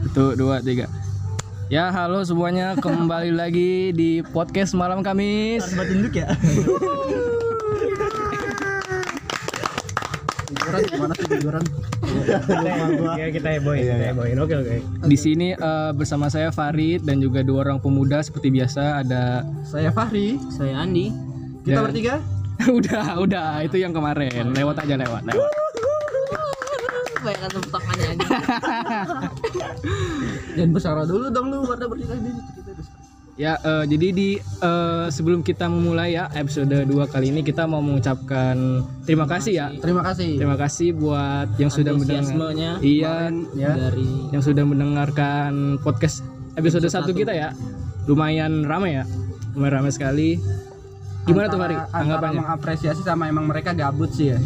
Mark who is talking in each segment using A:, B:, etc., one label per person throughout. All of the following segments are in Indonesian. A: Satu, dua, tiga. Ya halo semuanya kembali lagi di podcast malam Kamis.
B: Harus batu induk ya? Liburan gimana sih liburan?
C: Iya kita hebohin, kita hebohin. Oke oke.
A: Di sini eh, bersama saya Farid dan juga dua orang pemuda seperti biasa ada
B: Saya Fahri,
D: Saya Andi.
B: kita
A: Dan-
B: bertiga.
A: udah udah itu yang kemarin lewat aja lewat lewat.
D: Bayangkan tepuk tangannya aja.
B: Dan bersaudara dulu dong lu pada bertiga ini cerita dulu.
A: Ya eh, jadi di eh, sebelum kita memulai ya episode 2 kali ini kita mau mengucapkan terima kasih ya.
B: Terima kasih.
A: Terima kasih buat yang sudah mendengar.
D: Antusiasmenya
A: Iya,
B: Ya.
D: dari
A: yang sudah mendengarkan podcast episode 1 kita ya. Lumayan rame ya. Lumayan rame sekali. Gimana tuh Fari
B: Antara- antara
A: anggapannya?
B: mengapresiasi sama emang mereka gabut sih ya.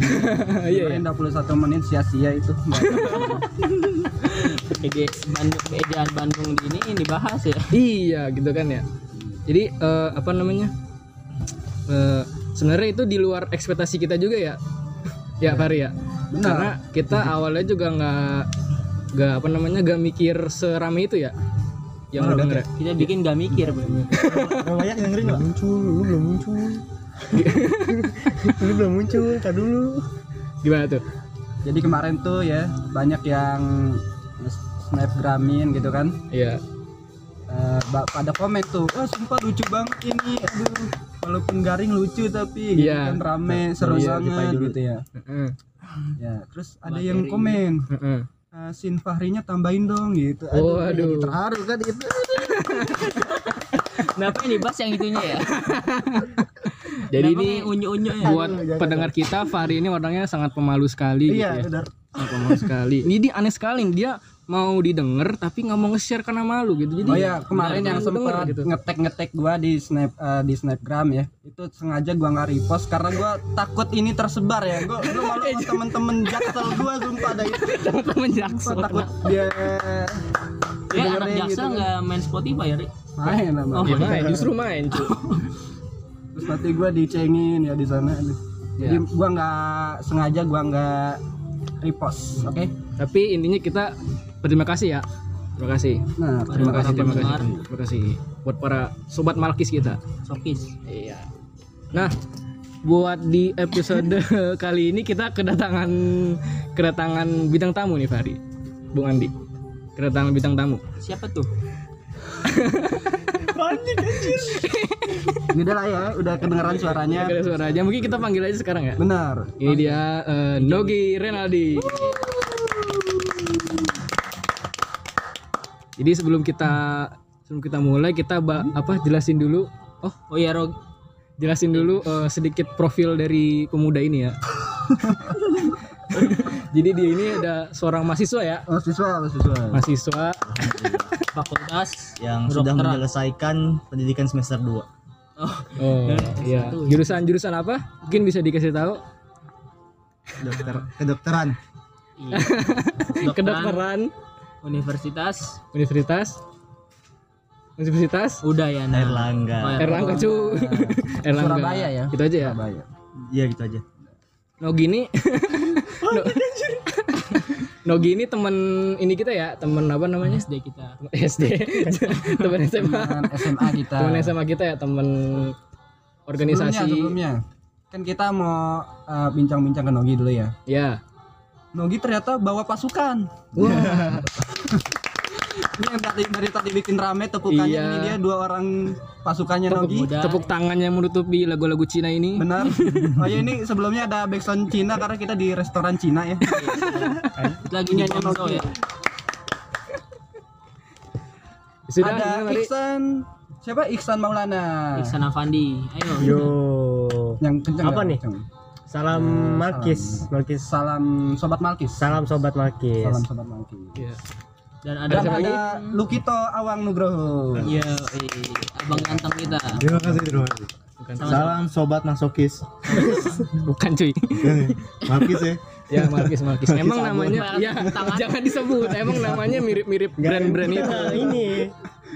A: Iya,
B: Kemarin 21 menit sia-sia itu.
D: PG Bandung Ejaan Bandung di ini dibahas ya.
A: Iya, gitu kan ya. Jadi eh, apa namanya? Eh, sebenarnya itu di luar ekspektasi kita juga ya. ya, Fari ya.
B: Benar.
A: Karena kita awalnya juga nggak nggak apa namanya nggak mikir serame itu ya. Yang udah denger. ya.
D: Kita bikin gak mikir bener.
C: Orang banyak dengerin nggak? Muncul, lu belum muncul. lu belum muncul, tak dulu.
A: Gimana tuh?
B: Jadi kemarin tuh ya banyak yang snapgramin gitu kan.
A: Iya.
B: Eh, ba- pada komen tuh, wah sumpah lucu banget ini, aduh walaupun garing lucu tapi gitu
A: Iya.
B: kan rame seru
C: iya,
B: banget
C: dipakai dulu.
B: gitu ya.
A: Heeh.
B: Ya terus ada yang komen,
A: Heeh.
B: "Eh, Sin Fahrinya tambahin dong gitu.
A: Oh, aduh.
B: gue jadi terharu kan gitu.
D: Kenapa ini dibahas yang itunya ya?
A: Jadi
D: Kenapa
A: ini
D: yang unyu-unyu ya?
A: buat pendengar kita Fahri ini orangnya sangat pemalu sekali
B: Iya,
A: gitu ya.
B: benar.
A: Sangat pemalu sekali. Ini dia aneh sekali dia mau didengar tapi nggak mau nge-share karena malu gitu. Jadi
B: Oh ya kemarin yang
A: Bener, bener,
B: sempat
A: gitu.
B: ngetek ngetek gua di snap eh, di snapgram ya itu sengaja gua nggak repost karena gua takut ini tersebar ya gua gua malu sama temen-temen jaksel gua sumpah ada itu
A: teman Jaksel.
B: Gua takut dia
D: Ya anak
B: dengerin
D: jaksa
B: gitu.
D: nggak main Spotify ya, Ri?
B: main sama
D: Oh.
A: Ya main, justru main cuy.
B: terus nanti gue dicengin ya di sana aduh. jadi
C: Iya.
B: gua nggak sengaja gua nggak repost oke
A: Tapi intinya kita berterima kasih ya. Terima kasih.
B: nah
A: Terima kasih,
B: terima kasih
A: terima kasih.
D: pendengar.
A: Terima kasih buat para sobat Malkis kita.
D: Sokis.
A: Iya. Nah, buat di episode kali ini kita kedatangan kedatangan bintang tamu nih Fahri. Bung Andi. Kedatangan bintang tamu.
D: Siapa tuh?
B: Ini udah lah ya udah kedengeran suaranya
A: Gak ada suara aja. Mungkin kita panggil aja sekarang ya.
B: benar
A: Ini dia eh, Nogi Renaldi. Jadi sebelum kita sebelum kita mulai kita ba- apa jelasin dulu. Oh,
D: Oh ya Rog.
A: jelasin dulu eh, sedikit profil dari pemuda ini ya. Jadi dia ini ada seorang mahasiswa ya,
B: oh siswa oh, siswa
A: mahasiswa
D: Fakultas
C: Yang sudah
D: Kedokteran.
C: menyelesaikan pendidikan semester 2
D: Oh,
A: oh, iya.
D: satu.
A: jurusan jurusan apa? Mungkin bisa dikasih tahu.
C: dokter kedokteran
D: iya. Kedokteran
A: Kedokteran,
D: Universitas
A: universitas, universitas
D: Udayana. ya?
C: Erlangga
A: Erlangga cu Erlangga
B: Nah. Surabaya ya?
A: Itu aja ya
B: Surabaya
C: iya gitu aja
A: Nogi ini No- Nogi ini temen ini kita ya Temen apa namanya
D: SD kita.
B: Hmm.
A: SD Temen SMA
B: Teman SMA kita
A: Temen SMA kita ya Temen
B: sebelumnya
A: organisasi
B: sebelumnya kan kita mau eh, bincang-bincang ke Nogi dulu ya
A: Ya
B: Nogi ternyata bawa pasukan
A: Wah
B: ini yang tadi dari tadi bikin rame tepukannya
A: Iya.
B: ini dia dua orang pasukannya
A: tepuk,
B: Nogi
A: tepuk tangan yang menutupi lagu-lagu Cina ini
B: Benar. Oh ya ini sebelumnya ada backsound Cina karena kita di restoran Cina ya.
D: Lagi
B: Ini
D: nyanyi
B: yang
D: Bonzo ya.
A: Sudah
B: ada
A: gimana, Ri?
B: Iksan. Siapa Iksan Maulana?
D: Iksan Afandi. Ayo.
C: yo
B: Yang kenceng.
C: Apa
B: nggak?
C: nih?
B: Kenceng.
C: salam Malkis Malkis
B: Salam sobat Malkis.
C: salam sobat Malkis
B: Salam sobat Malkis.
A: Iya.
D: Dan ada
B: Dan
A: siapa
B: ada Lukito Awang Nugroho.
D: Iya, eh, abang ganteng kita.
C: terima kasih terima kasih
A: Bukan,
E: Salam sobat masokis.
A: bukan cuy
E: Malkis Iya ya.
A: Ya Markis Markis Emang
D: Sabun.
A: namanya ya,
D: Tangan.
A: Jangan disebut Emang namanya mirip-mirip brand-brand itu
C: ini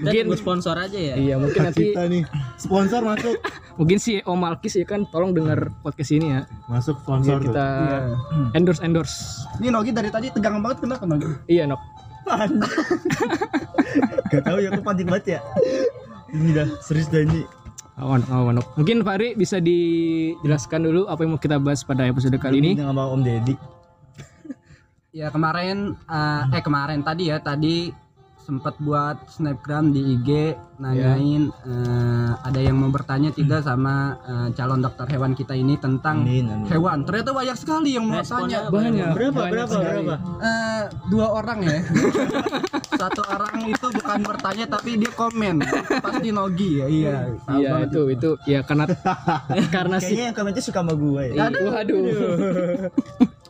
D: Kita
A: Mungkin-
D: tunggu sponsor aja ya.
A: Iya mungkin
E: Hak
A: nanti
E: Kita nih. Sponsor masuk.
A: mungkin si Om Malkis ya kan tolong dengar podcast ini ya.
E: Masuk
A: Biar
E: sponsor tuh.
A: kita
B: Iya.
A: endorse endorse.
B: Ini Nogi dari tadi tegang banget kenapa Nogi?
A: Iya Nok.
E: Gak tau ya aku panik banget ya. Ini dah serius dah ini.
A: Awan, awan. Mungkin Fahri bisa dijelaskan dulu apa yang mau kita bahas pada episode kali ini.
E: Ini sama Om Deddy.
B: Ya kemarin eh, eh kemarin tadi ya tadi sempat buat snapgram di IG nanyain eh, ada yang mau bertanya tidak sama eh, calon dokter hewan kita ini tentang
E: Amin, amin.
B: hewan. Ternyata banyak sekali yang mau tanya.
A: Banyak.
C: Berapa berapa berapa?
B: Eh, dua orang ya. Satu orang itu bukan bertanya tapi dia komen. Pasti Nogi ya. Iya. Tahu
A: Iya
B: banget
A: itu itu ya karena karena si Iya,
E: Kayaknya yang komennya suka sama gue ya.
A: waduh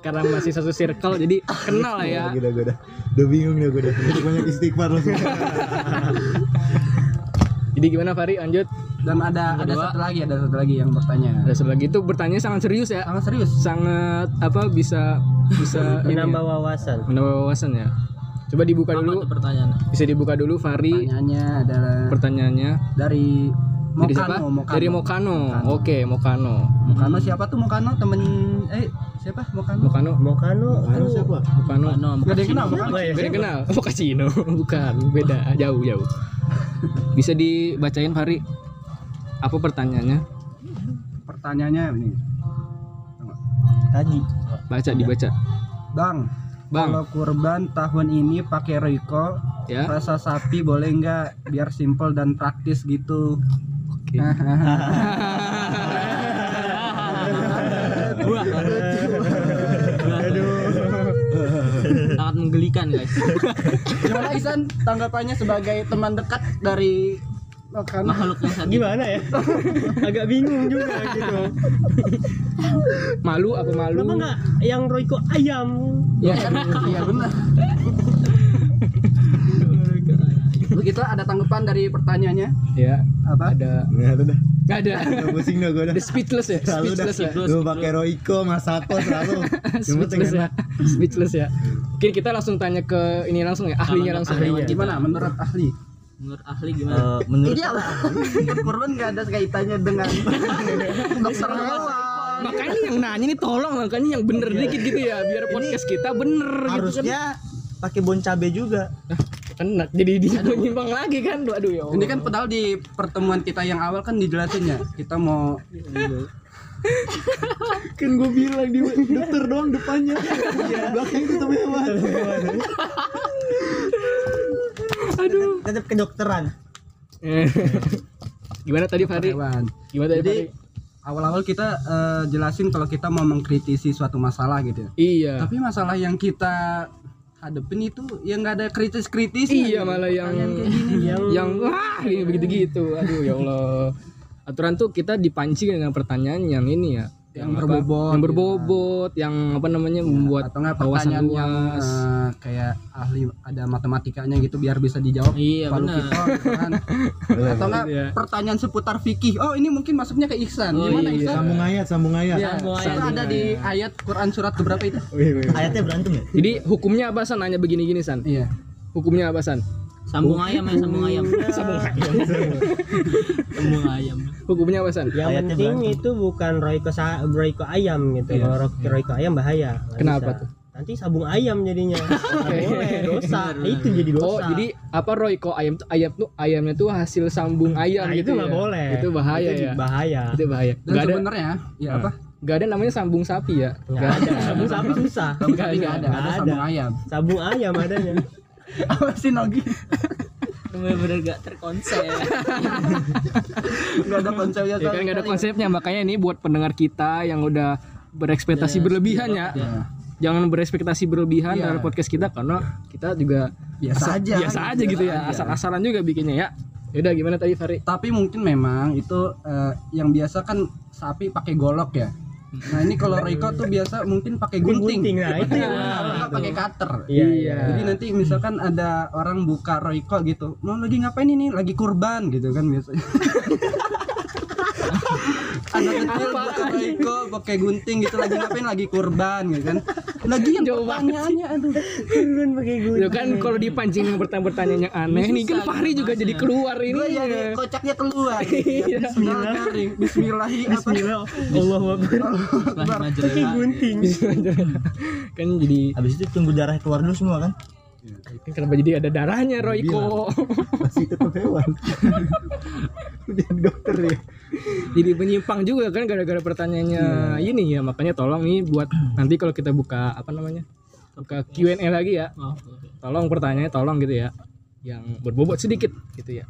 A: karena masih satu circle jadi kenal lah ya.
E: Gila gue dah. Udah bingung dah gue dah. Banyak istighfar langsung.
A: Jadi gimana Fahri lanjut?
B: Dan ada ada satu lagi, ada satu lagi yang bertanya.
A: Ada satu lagi itu bertanya sangat serius ya.
B: Sangat serius.
A: Sangat apa bisa bisa ini ya,
C: Menambah wawasan.
A: menambah wawasan ya. Coba dibuka dulu
D: pertanyaan
A: bisa dibuka dulu Fahri
B: Pertanyaannya adalah
A: pertanyaannya
B: dari
A: dari siapa?
B: Mokano, Mokano.
A: Dari Mokano.
B: Mokano.
A: Oke, Mokano.
B: Mokano siapa tuh Mokano? Temen eh siapa Mokano?
A: Mokano
C: Mokano
E: Anu
C: anu
E: siapa?
A: Mokano.
B: Gak ada yang kenal Mokano.
C: Apa ya?
A: Beda kenal. Oh, kasino. Bukan, beda, jauh, jauh. Bisa dibacain Fahri apa pertanyaannya?
B: Pertanyaannya ini.
E: Tadi.
A: Baca dibaca.
B: Bang,
A: Bang,
B: kalau kurban tahun ini pakai Rico
A: ya.
B: rasa sapi boleh nggak biar simple dan praktis gitu
A: Oke.
D: sangat menggelikan guys
B: gimana Isan tanggapannya sebagai teman dekat dari Mokano
D: makhluk yang sadis
C: Gimana ya? Agak bingung juga gitu.
A: Malu apa malu?
C: Kenapa enggak yang Royco ayam?
B: ya kan iya benar begitu ada tanggapan dari pertanyaannya
A: Ya,
B: apa
A: ada
E: Nggak ada dah.
A: enggak ada.
E: Udah pusing dah gue dah.
A: The speechless ya,
E: Selalu dah.
A: speechless ya.
E: Lu pakai Royco, Masako selalu. Yang penting
A: Speechless ya.
E: enak.
A: Speechless ya. Mungkin kita langsung tanya ke ini langsung ya, ahlinya langsung.
D: Ahlinya.
B: gimana menurut ahli
D: menurut ahli gimana
E: Eh, menurut
B: ini apa kurban nggak ada kaitannya dengan dokter hewan
A: Makanya yang nanya nih tolong makanya yang bener dikit gitu ya, biar podcast kita bener gitu kan.
E: Iya.
A: Ah,
E: harusnya pakai bon cabe juga.
A: Enak jadi dia nyimpang lagi kan. Aduh ya. Allah.
B: ini kan pedal di pertemuan kita yang awal kan dijelasin ya kita mau
E: kan gue bilang di dokter doang depannya belakang ketemu Iya. hewan aduh tetap kedokteran
A: Eh. Gimana tadi Fahri?
B: hewan
A: Gimana tadi
B: Jadi
A: Fahri?
B: awal-awal kita eh, jelasin kalau kita mau mengkritisi suatu masalah gitu. ya.
A: Iya.
B: Tapi masalah yang kita hadepin itu yang nggak ada kritis-kritis.
A: Iya malah yang
B: ya
A: yang, wah begitu-gitu. Aduh ya Allah. Aturan tuh kita dipancing dengan pertanyaan yang ini ya.
B: Yang
A: apa?
B: berbobot, gitu. Iya,
A: yang berbobot, yang apa namanya membuat
B: atau nggak
A: wawasan
B: pertanyaan yang
A: luas.
B: eh, kayak ahli ada matematikanya gitu biar bisa dijawab
D: Iya,
B: Palu
D: benar.
B: Kito, gitu kan. atau nggak
A: Iya.
B: pertanyaan seputar fikih oh ini mungkin masuknya ke Iksan
D: Oh,
B: gimana
A: iya.
B: Iksan
E: sambung ayat sambung ayat
B: Iya, Oh,
D: Sambung
B: itu
D: ayat.
B: ada di ayat Quran surat keberapa itu
E: ayatnya berantem ya
A: Jadi hukumnya apa San? Nanya begini-gini San.
B: iya
A: Hukumnya apa San?
D: sambung ayam ya sambung ayam
A: Sambung
E: ya?
D: sambung ayam
A: Hukumnya apa San?
C: Yang
E: Ayatnya
C: penting
E: berantem.
C: itu bukan Royco sa- Royco ayam gitu.
B: Iya.
C: Kalau Ro- Royco ayam bahaya. Nggak
A: Kenapa
C: bisa.
A: tuh?
C: Nanti sabung ayam jadinya. Nggak boleh, dosa. Nah,
D: Benar, benar.
C: Itu jadi dosa.
A: Oh, jadi apa Royko ayam tuh ayam tuh ayamnya tuh hasil sambung ayam
C: Nah,
A: gitu
C: itu nggak
A: ya?
C: boleh.
A: Itu bahaya
C: Itu
A: ya.
C: Bahaya.
A: Itu bahaya.
B: dan
A: Gak ada
B: sebenarnya ya apa
A: gak ada namanya sambung sapi ya?
C: Nggak ada. Sabung sapi susah.
B: tapi nggak ada ada
C: Nggak ada.
B: sambung ayam
C: Sabung ayam adanya.
B: apa sih Nogi
D: bener-bener gak terkonsep
B: Iya, nggak ada konsepnya
A: Ya kan gak ada konsepnya makanya ini buat pendengar kita yang udah berekspektasi berlebihan ya. Jangan berekspektasi berlebihan
B: Iya.
A: dalam podcast kita karena kita juga
B: biasa aja Iya.
A: biasa aja gitu ya, asal-asalan juga bikinnya ya. Yaudah gimana tadi Fari?
B: tapi mungkin memang itu eh, yang biasa kan sapi pakai golok ya nah ini kalau Rico tuh biasa mungkin pakai gunting,
C: Gunting. Nah, itu yang
B: Nah, kalau nggak pakai cutter
C: Iya,
A: Iya.
B: jadi nanti misalkan ada orang buka Royco gitu mau lagi ngapain ini lagi kurban gitu kan biasanya anak kecil buka Royco pakai gunting gitu lagi ngapain lagi kurban gitu kan lagi yang
A: Jauh banget
B: pertanyaannya aduh
C: Turun pakai gunting.
A: Ya kan kalau dipancing dengan pertanyaan-pertanyaan yang aneh nih kan Fahri juga jadi keluar ini.
B: gue ya kocaknya keluar gitu ya. Bismillahirrahmanirrahim. Bismillahirrahmanirrahim.
C: Bismillah. Allahu Akbar.
D: Setelah
C: Pakai gunting.
A: kan jadi
E: habis itu tunggu darah keluar dulu semua kan
A: Itu kenapa jadi ada darahnya Royko?
E: masih tetap hewan udah dokter ya
A: jadi menyimpang juga kan gara-gara pertanyaannya
B: Iya.
A: ini ya makanya tolong nih buat nanti kalau kita buka apa namanya buka Q&A lagi ya
D: Oh, oke.
A: tolong pertanyaannya tolong gitu ya yang berbobot sedikit gitu ya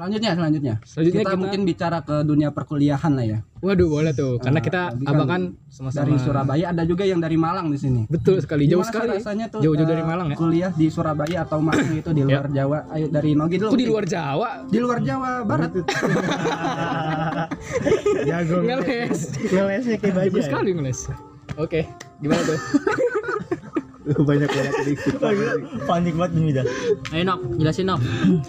B: Selanjutnya, selanjutnya.
A: selanjutnya
B: kita,
A: kita,
B: mungkin bicara ke dunia perkuliahan lah ya.
A: waduh boleh tuh karena
B: Eh,
A: kita
B: tadi kan
A: abang kan sama-sama
B: Dari Surabaya ada juga yang dari Malang di sini.
A: betul sekali jauh
B: Gimana sih
A: sekali
B: rasanya tuh
A: jauh-jauh
B: eh,
A: dari Malang ya
B: kuliah di Surabaya atau Malang itu di luar Jawa ayo dari Nogi
A: aku
B: dulu
A: di luar Jawa
B: di luar Jawa Barat
C: Jago
B: Iya,
A: ngeles
C: Ya, ngelesnya kayak baju.
A: bagus sekali ngeles oke gimana tuh
E: Lu banyak banget dikit panik banget demi dah
D: Ayo Nok, jelasin Nok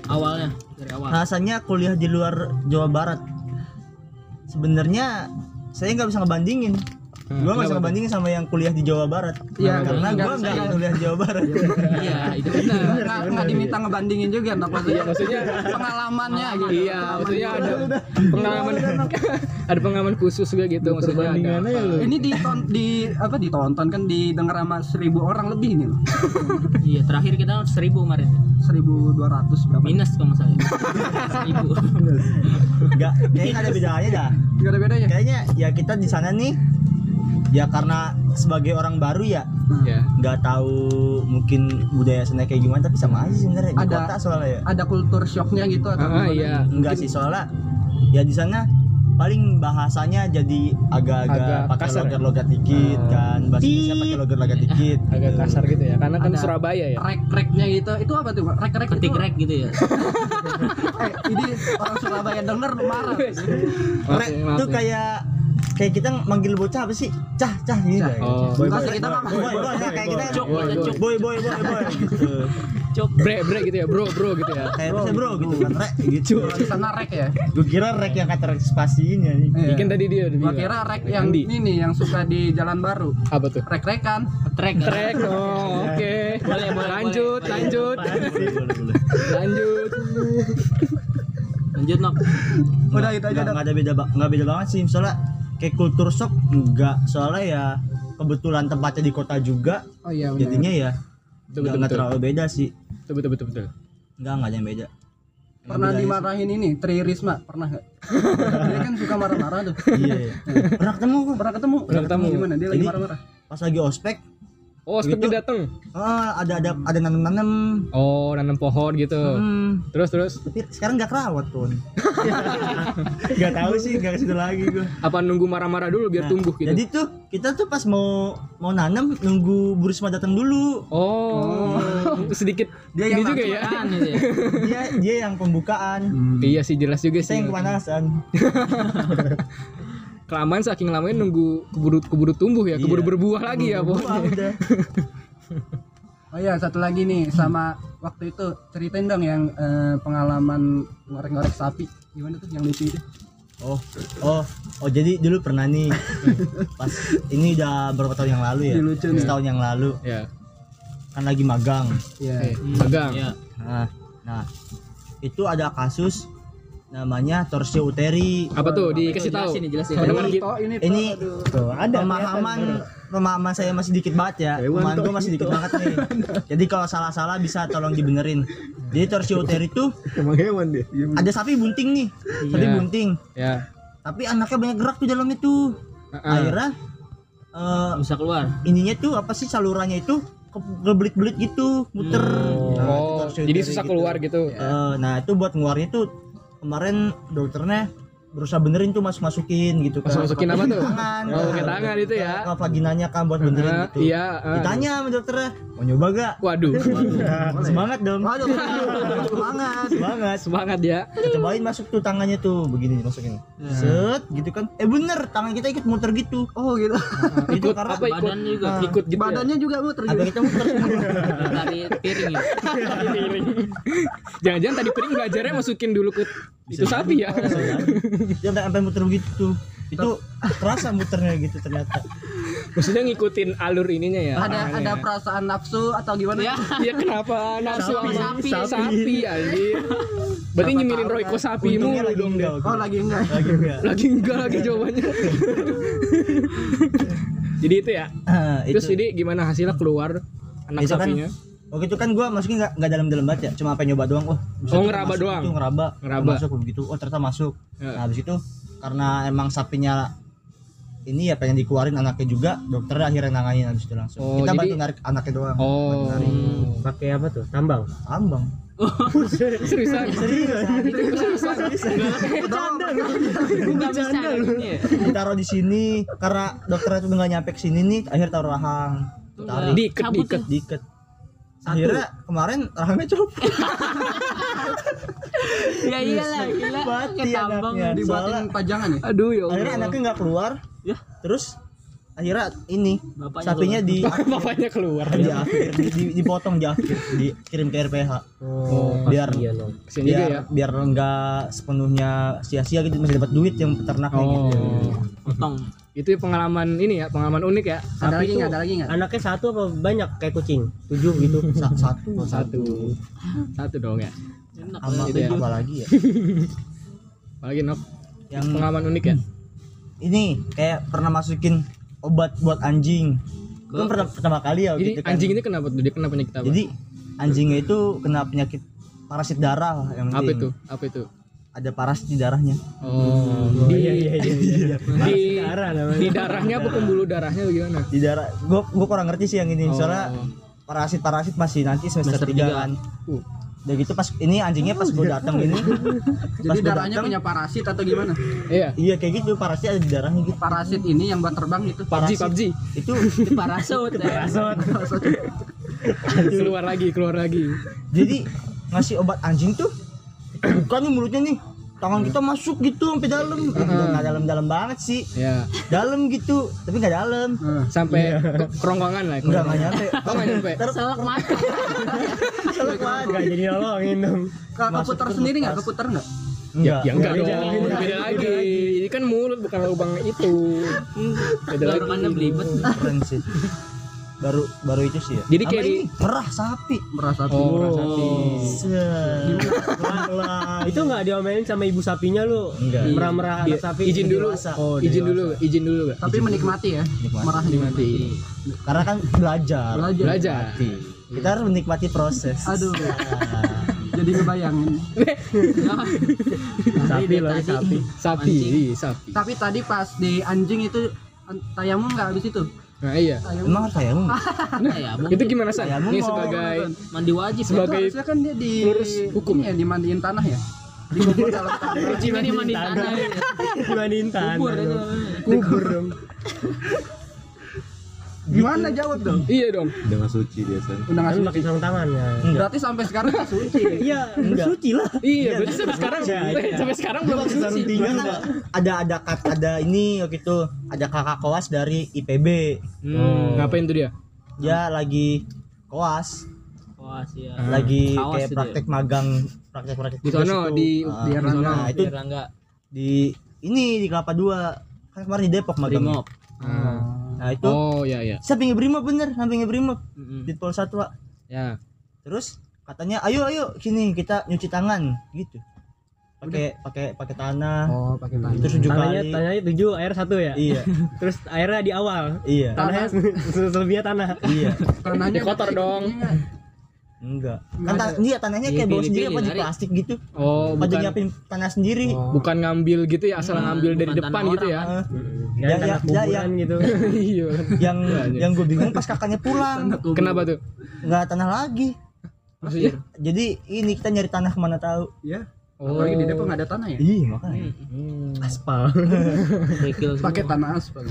D: awalnya dari awal.
E: rasanya kuliah di luar Jawa Barat sebenarnya saya nggak bisa ngebandingin gua nggak bisa ngebandingin sama yang kuliah di Jawa Barat
B: Hmm, Iya,
E: karena
B: nggak
E: gua
B: bisa,
E: nggak
B: iya.
E: kuliah di Jawa Barat
D: iya, itu benar.
B: nggak nggak diminta ngebandingin juga Nok maksudnya
A: Iya, maksudnya
B: pengalamannya gitu
A: iya maksudnya ada pengalaman ada pengalaman khusus juga gitu maksudnya ada
E: perbandingannya ya lu
B: ini diton di apa ditonton kan didengar sama seribu orang lebih nih loh
D: Iya, terakhir kita seribu kemarin.
B: seribu dua ratus berapa
D: Minus kalau nggak salah. Seribu.
E: nggak kayaknya nggak ada bedanya dah
B: nggak ada bedanya
E: kayaknya ya kita di sana nih ya karena sebagai orang baru ya
A: ya
E: nggak tahu mungkin budaya sana kayak gimana tapi sama aja sih sebenarnya di
B: Ada-
E: kota soalnya ya
B: Nah, ada kultur shocknya gitu atau
A: ah
B: gimana?
A: iya
E: enggak sih soalnya ya di sana paling bahasanya jadi
A: Agak
E: agak-agak pakai
A: kasar ya?
E: logat-logat dikit
A: Oh.
E: kan bahasa Indonesia pakai logat-logat dikit
A: agak kasar gitu ya karena kan
B: Ada-
A: Surabaya ya
B: rek-reknya gitu itu apa tuh rek-rek itu
D: Ketik rek gitu ya.
B: eh, ini orang Surabaya denger marah
A: Maaf
E: Re,
A: ya, maaf ya.
E: tuh Nah, kayak kayak kita manggil bocah apa sih cah cah gitu
B: Cah.
A: oh
E: boy boy
B: Enggak sih, kita nggak-
E: boy boy, boy, nah, kayak kita
D: Cok,
A: Boy, boy.
D: cok,
E: boy boy boy boy gitu
D: cok.
A: bre bre gitu ya bro bro gitu ya
E: kayak bisa bro gitu kan rek gitu
B: Kalau di sana rek ya
E: gue kira rek yang kata rek spasinya nih
B: Iya.
A: Bikin tadi dia udah
B: Gua
A: bilang.
B: kira rek yang
A: Andi.
B: ini nih yang suka di Jalan Baru.
A: apa tuh
B: Rek-rekan.
D: Trek.
A: trek oh oke
D: Boleh, boleh,
A: lanjut
D: boleh.
A: lanjut
E: boleh boleh
A: lanjut
D: Lanjut Nok.
B: Udah itu aja
E: nggak
B: dah.
E: nggak ada beda ba- nggak beda banget sih misalnya kayak kultur shock nggak soalnya ya kebetulan tempatnya di kota juga
B: Oh iya benar.
E: jadinya ya
A: Betul,
E: nggak
A: betul,
E: nggak
A: betul.
E: terlalu beda sih
A: betul betul betul betul
E: nggak nggak ada yang beda Emang
B: Pernah
E: beda aja
B: dimarahin ini Tri Risma, pernah enggak? dia kan suka marah-marah tuh.
E: sih. iya iya. pernah ketemu gua.
B: Pernah ketemu?
A: Pernah ketemu.
B: Gimana dia lagi
E: Jadi-
B: marah-marah?
E: pas lagi ospek
A: oh seperti
E: Gitu.
A: datang
E: ah, ada ada ada nanem nanem
A: oh nanam pohon gitu
E: hmm.
A: terus terus
E: tapi sekarang nggak kerawat tuh nggak tahu sih nggak ke situ lagi gua
A: apa nunggu marah-marah dulu biar
E: Nah,
A: tumbuh gitu
E: jadi tuh kita tuh pas mau mau nanam nunggu Bu Risma datang dulu
A: oh sedikit
E: Dia
A: ini
E: yang
A: juga ya
D: Apaan itu ya?
E: dia dia yang pembukaan
A: iya sih jelas juga
E: saya
A: sih
E: yang kepanasan
A: kelamaan saking lamanya nunggu keburu keburu tumbuh ya keburu
E: Iya.
A: berbuah lagi ya
E: Wah,
A: pohonnya
E: udah
B: Oh iya, satu lagi nih sama waktu itu ceritain dong yang eh, pengalaman ngorek-ngorek sapi. Gimana tuh yang lucu itu?
E: Oh, oh, oh jadi dulu pernah nih pas ini udah berapa tahun yang lalu ya?
B: Ini lucu nih.
E: Setahun yang lalu
A: ya eh,
E: kan lagi magang.
B: Iya.
A: pegang
D: Iya.
E: Nah, nah itu ada kasus namanya torsio uteri.
A: apa tuh dikasih tahu
D: Jelasin, jelasin.
A: Ada
E: Ini-
B: Oh, ini tuh,
E: Ini
B: aduh.
E: pemahaman pemahaman saya masih dikit banget ya. Pemahaman gue masih dikit banget nih. Jadi kalau salah-salah bisa tolong dibenerin. Jadi torsio uteri tuh
C: Emang hewan dia.
E: ada sapi bunting nih, sapi
A: Iya.
E: bunting.
A: ya
E: Tapi anaknya banyak gerak di dalamnya tuh.
A: Heeh.
E: Akhirnya eh,
D: Bisa keluar.
E: ininya tuh apa sih salurannya itu ke- kebelit-belit gitu muter Nah, itu
A: oh
E: torsi
A: jadi
E: uteri
A: susah
E: gitu.
A: keluar gitu
E: Eh, nah itu buat ngeluarnya tuh kemarin dokternya berusaha benerin tuh masuk masukin gitu kan
A: Masuk-masukin apa tuh?
E: tangan
A: oh pakai tangan itu ya
E: ke vaginanya kan buat benerin
A: Heeh,
E: gitu
A: iya heeh.
E: ditanya sama dokternya mau nyoba gak
A: waduh
E: semangat dong
B: Waduh, semangat.
E: semangat
A: semangat ya
E: cobain masuk tuh tangannya tuh begini masukin set gitu kan eh bener tangan kita ikut muter gitu Nah,
B: Oh gitu.
E: itu
A: ikut
E: karena
A: apa ikut
D: Badan juga
A: ikut gitu ya.
B: Badannya juga muter gitu.
E: agak kita muter
D: dari piring ya.
A: jangan-jangan tadi piring belajarnya masukin dulu ke itu sapi ya
E: Oh, iya. dia sampai sampai muter begitu tuh itu terasa muternya gitu ternyata
A: maksudnya ngikutin alur ininya ya
B: Ada
E: Nah, iya,
A: tangannya
B: ada
A: ya.
B: perasaan nafsu atau gimana?
D: Ya.
A: Iya kenapa nafsu
E: Sapi,
A: sama sapi,
E: sapi.
A: sapi anjir. Berarti nyimirin
B: tahu
A: Royko
B: kan.
A: sapi
E: untungnya
A: mulu
E: lagi
A: dong.
E: enggak
B: Oh lagi enggak.
E: lagi enggak
A: Lagi enggak lagi jawabannya. Jadi itu ya.
E: Ah,
A: Terus jadi ya. gimana hasilnya keluar anak
E: itu Ah, kan
A: sapinya?
E: Waktu itu kan gue masukin nggak nggak dalam-dalam banget ya, cuma pengen nyoba doang. Oh, bisa
A: Oh,
E: tuh
A: ngeraba
E: masuk
A: doang.
E: Itu ngeraba,
A: Ngeraba.
E: masuk begitu. Oh ternyata masuk.
A: Ya.
E: Nah habis itu karena emang sapinya ini ya pengen dikeluarin anaknya juga, dokter akhirnya nanganin habis itu langsung.
A: Oh,
E: Kita
A: jadi-
E: bantu narik anaknya doang.
A: Oh.
C: pakai apa tuh tambang
E: Ambang.
A: Seriusan?
E: Serius.
D: Enggak bisa gitu ya.
E: Ditaruh di sini karena dokternya tuh nggak nyampe ke sini nih, akhir taruh rahang. Tarik
A: Diikat,
D: Cabut
A: diikat.
E: diikat. Akhirnya kemarin rahangnya copot.
D: Ya iyalah, gila.
E: Mati
D: Kayak tambang
E: anaknya. Soalnya-
B: dibuatin pajangan ya
A: Aduh ya
E: akhirnya
A: Allah.
E: anaknya nggak keluar
D: Ya.
E: terus akhirnya ini
D: Bapaknya
E: sapinya di
A: Bapaknya keluar.
E: di akhir di, di- dipotong di akhir dikirim ke RPH
C: oh,
E: biar
C: iya dong
A: Kesian juga
E: biar
A: ya.
E: biar nggak sepenuhnya sia-sia gitu masih dapat duit yang peternaknya gitu
A: Oh.
D: potong.
A: Itu pengalaman ini ya, pengalaman unik ya.
B: ada
C: Tapi
B: lagi
C: tuh-
B: nggak ada lagi nggak
C: anaknya satu apa banyak kayak kucing tujuh gitu
E: Sa- satu
A: Satu. Satu dong ya.
D: Enak.
E: sama
A: Gitu ya.
E: apa lagi ya
A: Apalagi Nok,
E: yang
A: pengalaman unik ya.
E: ini kayak pernah masukin obat buat anjing itu kan pertama, pertama kali ya
A: Jadi
E: gitu kan.
A: anjing ini kenapa tuh? Dia kena penyakit apa?
E: jadi anjingnya itu kena penyakit parasit darah yang
A: apa
E: penting.
A: itu? Apa itu?
E: ada parasit di darahnya
A: Oh,
C: oh,
A: di,
C: iya iya iya, iya.
A: di,
C: darah namanya.
A: di darahnya apa pembuluh darahnya gimana?
E: di darah gua gua kurang ngerti sih yang
A: Oh.
E: ini soalnya parasit parasit masih nanti semester
D: Semester
E: 3
D: tiga.
E: kan
A: Uh.
E: udah gitu pas ini anjingnya pas gua datang ini
B: jadi
E: gua
B: darahnya
E: datang,
B: punya parasit atau gimana
A: Iya.
E: iya kayak gitu parasit ada di darahnya gitu
B: parasit ini yang buat terbang itu
A: PUBG,
E: Parasit.
A: PUBG.
E: itu
D: Di parasut. ya.
A: Keluar lagi, keluar lagi.
E: jadi ngasih obat anjing tuh bukan nih mulutnya nih tangan kita masuk gitu sampai dalam Eh, nggak dalam dalam banget sih
A: Ya,
E: dalam gitu tapi nggak dalam
B: Eh,
A: sampai ke- kerongkongan lah.
E: nggak nggak
A: kerongkongan.
E: nyampe
A: Oh, nggak nyampe.
E: terus
D: Selak mata.
E: selek
C: nggak jadi nolongin dong
B: ke keputer
E: Masuk ke
B: sendiri nggak
E: kulkas.
B: keputer nggak
A: Ya,
E: enggak
A: ya enggak
C: Beda
A: dong.
C: lagi, beda
A: Beda lagi. Ini kan mulut bukan lubang itu. Beda lagi.
D: Baru belibet.
E: keren sih baru baru itu sih ya
A: Jadi
E: Sama
A: kayak di-
E: ini, merah sapi
B: merasa
A: Oh,
B: tuh
A: rasati.
E: Iya.
C: itu nggak diomelin sama ibu sapinya lu
E: Enggak.
C: merah-merah anak
A: Iya,
C: sapi
A: izin dulu.
E: dewasa.
C: oh
A: izin dulu, izin dulu Kak.
B: tapi menikmati ya
E: Nikmati.
B: merahnya
A: Nikmati.
E: Karena kan belajar.
B: belajar
A: Belajar.
E: Kita harus menikmati proses.
B: aduh
E: Nah,
B: jadi ngebayangin
C: sapi loh
D: tadi.
C: ini sapi
A: Sapi, iya, sapi.
B: tapi tadi pas di anjing itu an- tayamum nggak habis itu
A: Nah, iya.
B: tayamum
E: Emang harus saya
D: Ya,
A: Itu gimana San?
E: Ya, mau-
A: Ini
E: mau-
A: sebagai
D: mandi wajib. ya.
B: itu
A: sebagai
B: harusnya kan dia di
A: lurus hukum
B: ini ya dimandiin tanah ya dikubur dalam tanah
D: Cuci ini mandi tanah. ya.
C: dibandingin tanah
D: Kubur itu.
C: dong. kubur dong
E: Gitu.
B: gimana jawab dong
A: iya dong.
F: dengan suci biasanya
B: udah
C: kan
B: ngasih
C: pakai sarung tangan ya
B: berarti sampai sekarang nggak suci ya?
C: iya suci lah
A: Iya, berarti sampai sekarang
C: Iya, iya.
A: sampai sekarang belum suci.
E: ada ada kat- ada ini waktu itu ada kakak koas dari IPB.
A: Hmm, ngapain tuh dia? Ah.
E: Dia lagi koas,
D: Wah, sia.
E: lagi
D: Awas
E: kayak
D: itu
E: praktek magang, praktek-praktek
A: ya? Di sono
E: itu.
A: di
E: Ah,
A: di sono.
E: nah, itu
D: Biar enggak
E: di ini di Kelapa 2. Kan kemarin di Depok magang.
D: primop.
A: Ah.
E: Nah, itu
A: Oh, ya ya.
E: sampingnya Brimob bener, sampingnya Brimob.
A: Mm-mm.
E: Di Pol Satwa.
A: Ya.
E: terus katanya ayo ayo sini kita nyuci tangan gitu pakai pakai pakai tanah
B: oh pakai tanah
E: itu tujuh
C: tanahnya
E: kali
C: tanahnya tujuh air satu ya
E: iya
C: terus airnya di awal
E: iya
C: tanahnya selebihnya tanah
E: iya
B: tanahnya
A: Jadi kotor dong.
E: enggak kan ta- iya tanahnya kayak bawa sendiri apa di plastik gitu
A: Oh,
E: pada
A: bukan Oh.
E: nyiapin tanah sendiri
A: bukan ngambil gitu ya, asal ngambil dari
D: bukan
A: depan
D: tanah
A: gitu ya.
E: Eh,
C: ya,
E: Ya, ya,
C: tanah
E: ya,
C: kuburan gitu
A: Iya.
E: yang yang gue bingung pas kakaknya pulang
A: Kenapa tuh?
E: nggak tanah lagi
A: Maksudnya?
E: jadi ini kita nyari tanah kemana tahu
B: ya
A: Oh,
B: apalagi di Depok nggak ada tanah ya
E: iya makanya
A: Hmm.
C: aspal
D: Kerikil semua.
B: pakai tanah aspal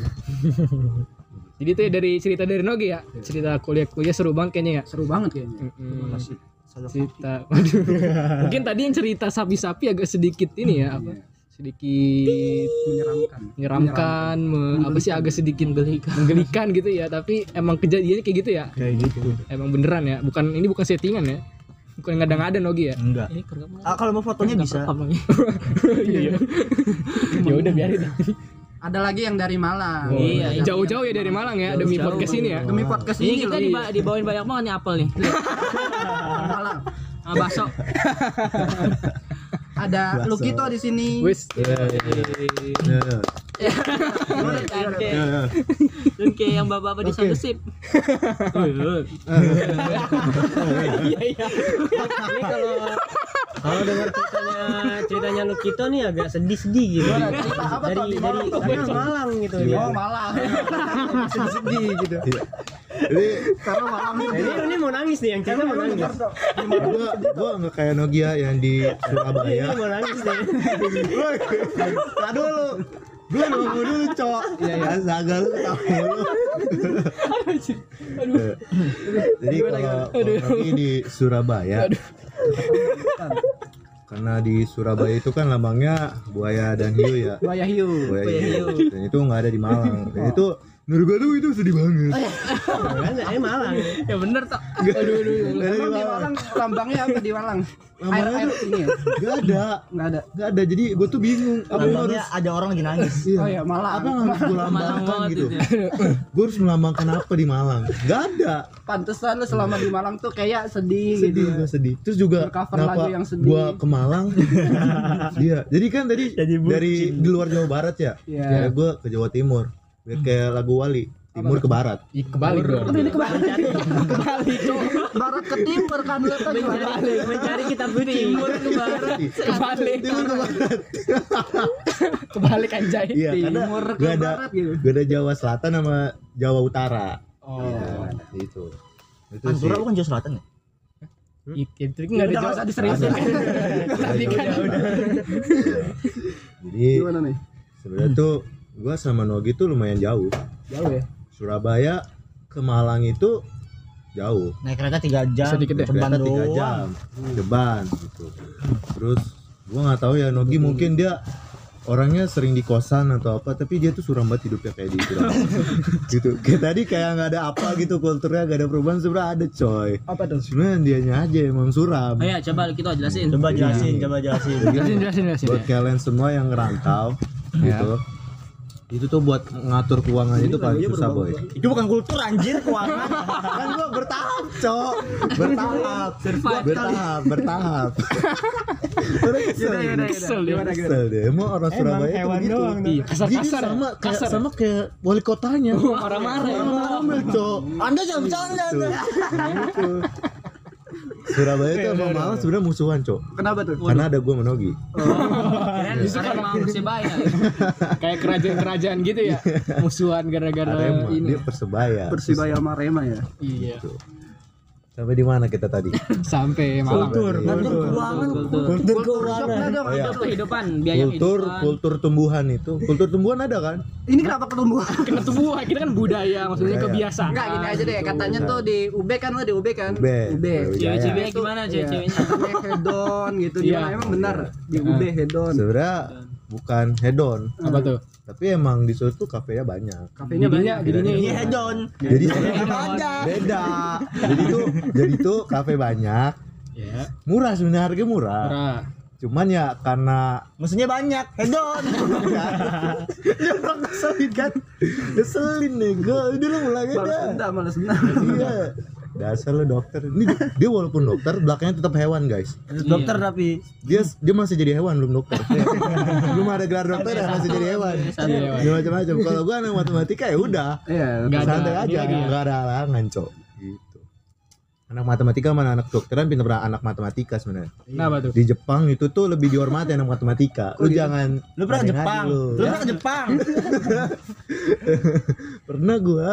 A: Jadi itu ya dari cerita dari Nogi ya. Cerita kuliah-kuliah seru banget kayaknya ya.
B: seru banget kayaknya
A: Mm-mm.
E: masih sodok
A: cerita waduh mungkin tadi yang cerita sapi-sapi agak sedikit ini ya apa sedikit menyeramkan
B: menyeramkan
A: me- apa sih agak sedikit menggelikan gitu ya tapi emang kejadiannya kayak gitu ya
E: kayak gitu
A: emang beneran ya bukan ini bukan settingan ya bukan ngada-ngada Nogi ya
E: enggak
D: Ini kerekam nggak?
E: ah, kalau mau fotonya
D: Nggak
E: bisa
D: kerekam lagi.
A: Iya. ya udah biarin
B: ada lagi yang dari Malang Iya,
D: Iya, iya.
A: jauh-jauh ya dari Malang ya demi
D: Jauh-jauh.
A: podcast ini ya
B: demi podcast
D: Ini
B: ini
D: Iya, kita
B: loh
D: diba- dibawain banyak banget nih apel nih.
B: Malang
D: Sama bakso.
C: Iya,
B: ada Lukito di sini
A: wis
F: Iya,
D: Kayak- Dan kayak yang bapak-bapak di sana sip.
C: Ini kalau kalau dengar ceritanya ceritanya Lukito nih agak sedih-sedih gitu. dari dari karena Malang gitu dia.
E: malah
F: sedih gitu jadi karena malam
C: Nah, Ini ini mau nangis nih yang cerita mau nangis.
F: gua gua nggak kayak Nokia yang di
C: Ini
F: Surabaya
C: mau nangis nih.
F: Nah Iya, dulu Gue nunggu dulu cok Ya ya Zaga lu ketawa dulu Jadi kalau Noki di Surabaya Karena di Surabaya itu kan lambangnya Buaya dan hiu ya
B: Buaya hiu.
F: Buaya hiu Oh. Dan itu nggak ada di Malang Dan itu Menurut gue tuh itu sedih banget
C: Kan ini Malang.
D: Ya bener toh.
F: Nggak- nggak ada di
B: Emang di
F: Malang
B: Malang lambangnya apa di Malang? Air
F: Lambangnya
B: air
F: tuh
B: ini ya?
F: Gak ada
B: Enggak ada.
F: Gak ada Jadi gue tuh bingung Apa gua
E: Abangnya
F: harus
E: ada orang lagi nangis.
F: Iya.
B: Oh ya, Malang.
F: Apa yang harus gue
D: Malang
F: lambangkan
D: banget
F: gitu
D: itu.
F: Gue harus melambangkan apa di Malang Gak ada
B: Pantesan lu selama di Malang tuh kayak sedih, gitu.
F: sedih gua sedih terus juga
B: Bercover
F: kenapa
B: lagu yang sedih.
F: gua ke Malang iya jadi kan tadi dari di luar Jawa Barat ya
B: Iya.
F: ya gua ke Jawa Timur biar kayak lagu Wali timur ke barat
A: Ih, kebalik dong.
B: Tapi ini kebalik. kebalik, Cok. Barat ke timur kan lu kan kebalik.
D: Mencari kita putih.
A: Kebalik.
F: timur ke barat
A: Kebalik anjay.
F: iya karena
B: Timur ke
F: gak ada
B: barat gitu.
F: gak ada Jawa Selatan sama Jawa Utara
A: iya,
F: oh itu itu sih
E: Pantura Kan bukan Jawa Selatan ya?
A: Itu enggak ada ya.
B: Udah
A: jawab.
B: usah diseriusin.
A: Tadi kan.
F: Iya. jadi
B: Gimana nih?
F: sebenarnya tuh gua sama Nogi tuh lumayan jauh
B: Jauh ya?
F: Surabaya ke Malang itu jauh
E: Naik kereta 3 jam.
A: Sedikit deh.
E: ke Bandung.
F: tiga jam deban gitu terus gua nggak tahu ya Nogi mungkin dia orangnya sering di kosan atau apa tapi dia tuh suram banget hidupnya kayak di Surabaya gitu kayak tadi kayak nggak ada apa gitu kulturnya nggak ada perubahan sebenarnya ada coy
B: Apa tuh?
F: sebenarnya dianya aja emang suram
D: Ayo Oh iya, coba kita jelasin.
C: Iya.
E: Coba jelasin, coba jelasin.
A: Jelasin jelasin jelasin.
F: buat kalian semua yang ngerantau
A: Ya.
F: gitu itu tuh buat ngatur keuangan itu paling susah boy
E: Itu bukan kultur anjir keuangan. kan gua bertahap.
F: cok bertahap bertahap bertahap Orang kesel ini.
A: Kesel ya. dia.
B: Gimana gitu?
F: Kesel deh. Emang orang Surabaya tuh
C: hewan
F: gitu.
C: doang, dong.
A: Iya, kasar-kasar.
F: Jadi sama kayak
A: Kasar.
F: sama kayak wali kotanya.
A: Marah-marah. Gitu.
F: Orang ngomel, Cok.
E: Anda jangan bercanda.
F: Tuh. Gitu. Surabaya tuh sama Malang sebenarnya musuhan, Cok.
B: Kenapa tuh?
F: Karena ada gua menogi.
D: Keren emang ya. Persebaya.
A: Kayak kerajaan-kerajaan gitu ya. Musuhan gara-gara
F: Arema,
A: ini.
F: dia Persebaya.
B: Persibaya sama Rema ya?
A: Iya.
F: Sampai di mana kita tadi?
A: Sampai malam.
F: Sampai di-
E: Keuangan
F: Kultur
B: Shocknya dong.
F: Oh, iya.
D: Kehidupan, biaya
F: Kultur,
D: kehidupan.
F: kultur tumbuhan itu. Kultur tumbuhan ada kan?
B: Ini kenapa ketumbuhan?
A: Kena tubuh kita kan budaya, maksudnya
F: Budaya.
A: kebiasaan.
B: Enggak gini aja deh, katanya tuh di UB kan lo di UB kan?
F: UB.
B: UB.
D: Cewek-ceweknya gimana cewek-ceweknya?
B: Katanya hedon gitu.
A: Iya.
B: Gimana emang benar di UB hedon.
F: Sebenarnya bukan hedon,
A: Apa tuh?
F: tapi emang di situ kafenya banyak.
B: Kafenya
A: Jadinya,
B: banyak.
A: jadinya ini.
E: Iya, Hedon.
F: Jadi
E: Ada.
F: beda. jadi tuh jadi tuh kafe banyak,
A: Ya.
F: murah sebenarnya harga murah.
A: Parah.
F: Cuman ya karena
E: Maksudnya banyak. Hedon.
F: dia orang keselin kan. Keselin nih gue. Udah lu mulai
B: Balas
F: aja.
B: dendam, balas dendam.
F: Iya. Dasar lu dokter. Ini dia walaupun dokter belakangnya tetap hewan, guys.
C: Iya.
E: Dokter tapi
F: Dia dia masih jadi hewan belum dokter. belum ada gelar dokter ya masih jadi hewan. Dia macam-macam. Kalau gua anak matematika ya udah.
B: Iya,
A: Nggak ada
F: santai
A: ini
F: aja
A: lagi ya.
F: nggak ada halangan cok gitu anak matematika mana anak dokteran pinter anak matematika sebenarnya
A: Kenapa tuh?
F: di Jepang itu tuh lebih dihormati anak matematika lu jangan
E: lu pernah ke
F: banding-banding
E: Jepang.
F: lu,
E: Lu
F: ya.
E: pernah ke Jepang.
F: pernah gua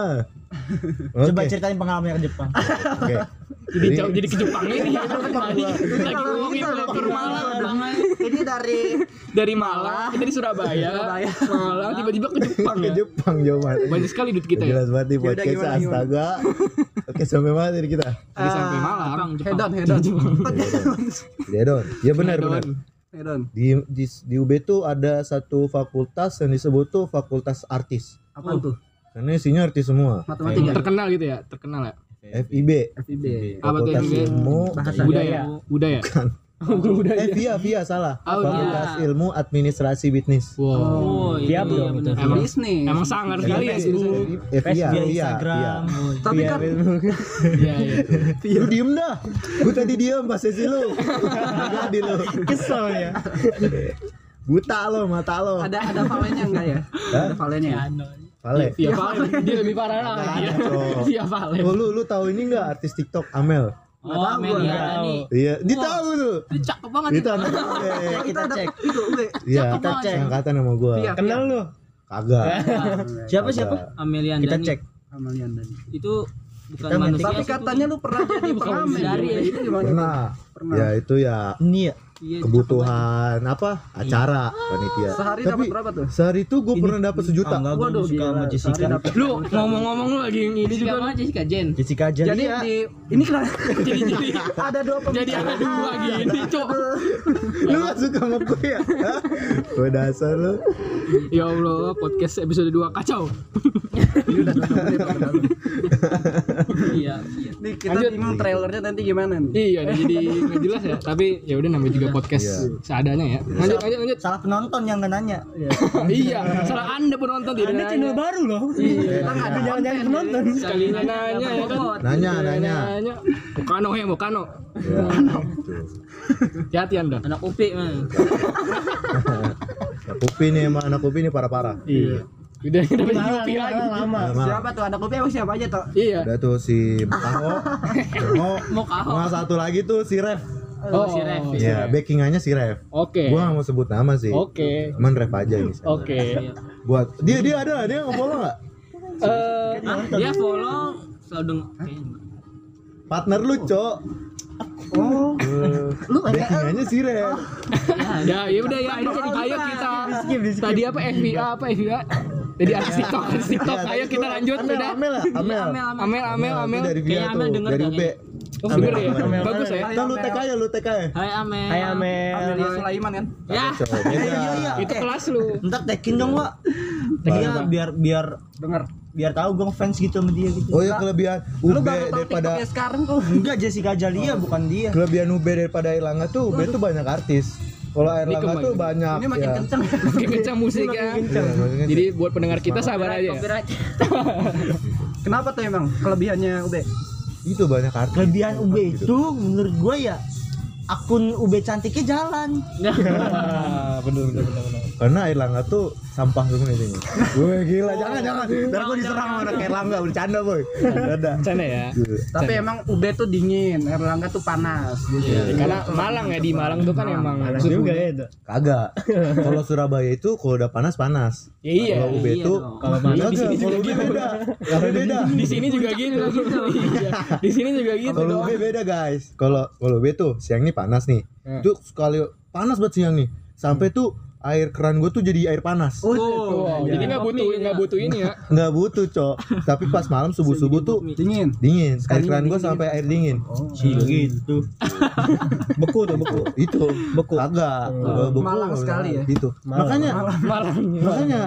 E: Coba
F: Oke,
E: ceritain pengalamannya ke Jepang.
F: oke.
A: Jadi jauh jadi ke Jepang ini. Lagi ngomongin kultur Malang.
B: Ini dari
A: Dari Malang, kita di Surabaya.
B: Surabaya.
A: Malang tiba-tiba ke Jepang
F: ke
A: ya.
F: Jepang jawaban
A: Banyak sekali duit kita ya.
F: jelas banget nih
B: Yaudah,
F: podcast
B: gimana, gimana?
F: astaga oke sampai mana tadi kita
A: Jadi sampai
B: Ah,
A: Malang.
B: hedon, hedon.
F: Dedon ya benar
A: Hedon.
F: benar
B: Hedon.
F: di, di di UB tuh ada satu fakultas yang disebut tuh fakultas artis
B: Apa tuh?
F: karena isinya artis semua
B: Matematika.
A: Terkenal gitu ya, terkenal ya.
F: FIB
B: FIB.
A: Apa tuh
F: Fakultas
A: yang dia-
F: Ilmu
B: Bahasa.
A: budaya? Budaya. Bukan budaya.
F: Eh via via salah.
A: Oh, iya.
F: Fakultas Ilmu Administrasi Bisnis.
A: Wow.
D: Oh, iya,
E: Diablo.
D: iya bener.
A: Emang
B: Bisnis.
A: emang sangar sekali ya sih.
E: Facebook,
F: Eh via
E: via
F: via,
E: Instagram.
F: via.
B: Tapi kan
A: Iya, iya.
F: Lu diem dah. Gue tadi diem pas sesi lu. Gak Jadi lu.
E: Kesel ya.
F: buta lo mata lo
B: Ada ada valennya enggak ya?
F: Hah?
B: Ada valennya. ya?
F: Vale
A: Via Valen Iya, dia lebih parah lagi
F: Iya,
A: ya.
F: Kacau.
A: Via Valen
F: Oh, lu lu tahu ini nggak artis TikTok Amel?
B: Nggak tahu
D: men,
B: gua.
D: ya, nih.
F: Iya, dia tahu tuh.
D: Itu cakep banget.
F: Itu anak gue.
B: Ya, kita cek. Itu gue.
F: Iya,
D: Cakep banget.
F: angkatan sama gua.
B: Iya.
C: Kenal lu?
F: Kagak.
D: Siapa siapa? Amelian
E: Kita
D: Dhani.
E: cek.
B: Amalian tadi.
D: Itu bukan
E: Kita
D: manusia.
B: Tapi
D: sih,
B: katanya lu pernah jadi pengamen.
D: dari.
B: Itu gimana?
F: Pernah.
B: Pernah.
F: Ya itu ya
E: Ini ya.
D: itu. Iya,
F: kebutuhan apa? Acara panitia.
B: Sehari
F: Tapi
B: dapat berapa tuh?
F: Sehari itu gua pernah dapat sejuta.
E: Enggak gue
B: Waduh,
E: Ah, suka
B: gila.
E: sama Jessica.
B: Sehari dapat.
A: lu ngomong-ngomong lu lagi ini
D: Jessica
A: juga
D: mana Jessica Jen?
E: Jessica aja.
B: Jadi
F: Iya.
B: di ini kenapa?
A: jadi jadi
B: ada dua
A: jadi ada
B: pembicaraan.
A: dua gini cok
F: Lu gak suka sama gue ya? Hah? Gue dasar lu.
A: ya Allah podcast episode 2 kacau
D: Iya. iya.
B: Nih kita bingung trailernya nanti gimana nih?
A: iya dia jadi nggak jelas ya tapi ya udah namanya juga podcast
F: Iya.
A: seadanya ya lanjut lanjut lanjut
E: Salah penonton yang nggak nanya.
A: iya salah anda penonton tidak
C: Anda channel
A: nanya
C: baru loh.
B: Kita nggak ada
C: Jangan-jangan penonton.
A: sekali nanya ya kan
F: Nanya, nanya.
A: nanya Bukano ya Bukano
F: Ya, gitu.
A: hati-hati anda
D: Anak UPI man.
F: Nah, Kupi nih emang anak Kupi nih parah-parah.
A: iya udah dapat
C: Malah,
A: UPI lagi
C: malah lama.
F: Parah-parah.
B: siapa tuh ada kopi apa siapa aja toh?
A: iya
F: Udah tuh si Mokaho. Mau
D: Mokaho.
F: Mau satu lagi tuh si Ref.
A: oh si Revi
F: Ya, backingannya si Ref.
A: oke
F: Gua gak mau sebut nama sih.
A: oke
F: Cuman Ref aja ini.
A: oke
F: Iya. Buat dia dia ada dia ngefollow nggak?
A: Eh,
D: Ah, dia follow selalu deng. kayaknya.
F: Partner lu, Cok.
B: Oh,
F: Lu backingannya
A: Oh.
F: si Ref.
A: ya ya udah ya ini jadi ayo kita tadi apa FBA apa FBA tadi artis TikTok artis TikTok ayo kita lanjut
F: Iya, Amel,
A: udah
F: Amel, Amel.
D: Amel, Amel.
A: Amel Amel Amel
F: Itu dari Via
D: Kayaknya
F: tuh,
D: Amel denger
F: dari
D: dah
F: UB.
A: oh
F: Amel,
A: denger ya
F: Amel.
A: bagus ya
F: Kan lu TK ya, lu TK ya.
D: Hai Amel.
C: Hai Amel.
B: Amelia Sulaiman kan?
D: Ya.
F: Nah, Cok,
E: Iya,
F: beda.
A: itu kelas lu
E: Ntar tekin dong, Wak. Iya, biar biar
B: Denger.
E: biar tahu gue fans gitu sama dia gitu.
F: Oh ya kelebihan
B: Lu baru
F: UB
B: tahu
F: daripada
E: ya,
B: TikToknya sekarang tuh.
E: Enggak Jessica Jalia bukan dia.
F: kelebihan UB daripada Erlangga tuh UB tuh banyak artis. Kalau Erlangga
A: kemarin.
F: tuh banyak
B: Ini makin
F: ya.
B: kenceng.
A: makin kencang musiknya
F: Iya, makin kenceng.
A: jadi buat pendengar kita sabar aja ya
D: Copyright.
B: Kenapa tuh emang kelebihannya UB?
F: Itu banyak artis.
E: Kelebihan UB
F: gitu.
E: itu menurut gue ya akun UB cantiknya jalan.
F: Karena Erlangga tuh sampah semua Oh. isinya. Gue gila, jangan jangan. Ntar gue diserang sama anak Erlangga bercanda, Boy. Ada.
A: sana ya
F: Iya.
B: Tapi emang UB tuh dingin, Erlangga tuh panas gitu.
A: Ya, karena Malang ya di Malang tuh kan emang suhu.
C: Juga ya itu.
F: Kagak. Kalau Surabaya itu kalau udah panas panas.
A: Ya, iya
F: Kalau UB
D: Iya
F: itu
D: dong.
F: kalau panas enggak, kalau UB beda. Kalau beda.
A: di sini juga gini langsung Iya. di sini juga gitu
F: Kalau UB beda guys. Kalau kalau UB tuh siang ini panas nih. Itu sekali panas banget siang nih. Sampai tuh air keran gue tuh jadi air panas.
A: Oh. Wow, jadi nggak butuh nggak butuh ini ya
F: Nggak butuh, Cok. Tapi pas malam subuh-subuh tuh
B: Dingin.
F: dingin. Air keran gue sampai air dingin.
E: Gitu.
F: Beku tuh, beku. Itu beku. Kagak. Kalau beku
B: Malang
F: nggak
B: sekali
F: bisa.
B: ya.
F: Gitu. Makanya
A: Malang
F: makanya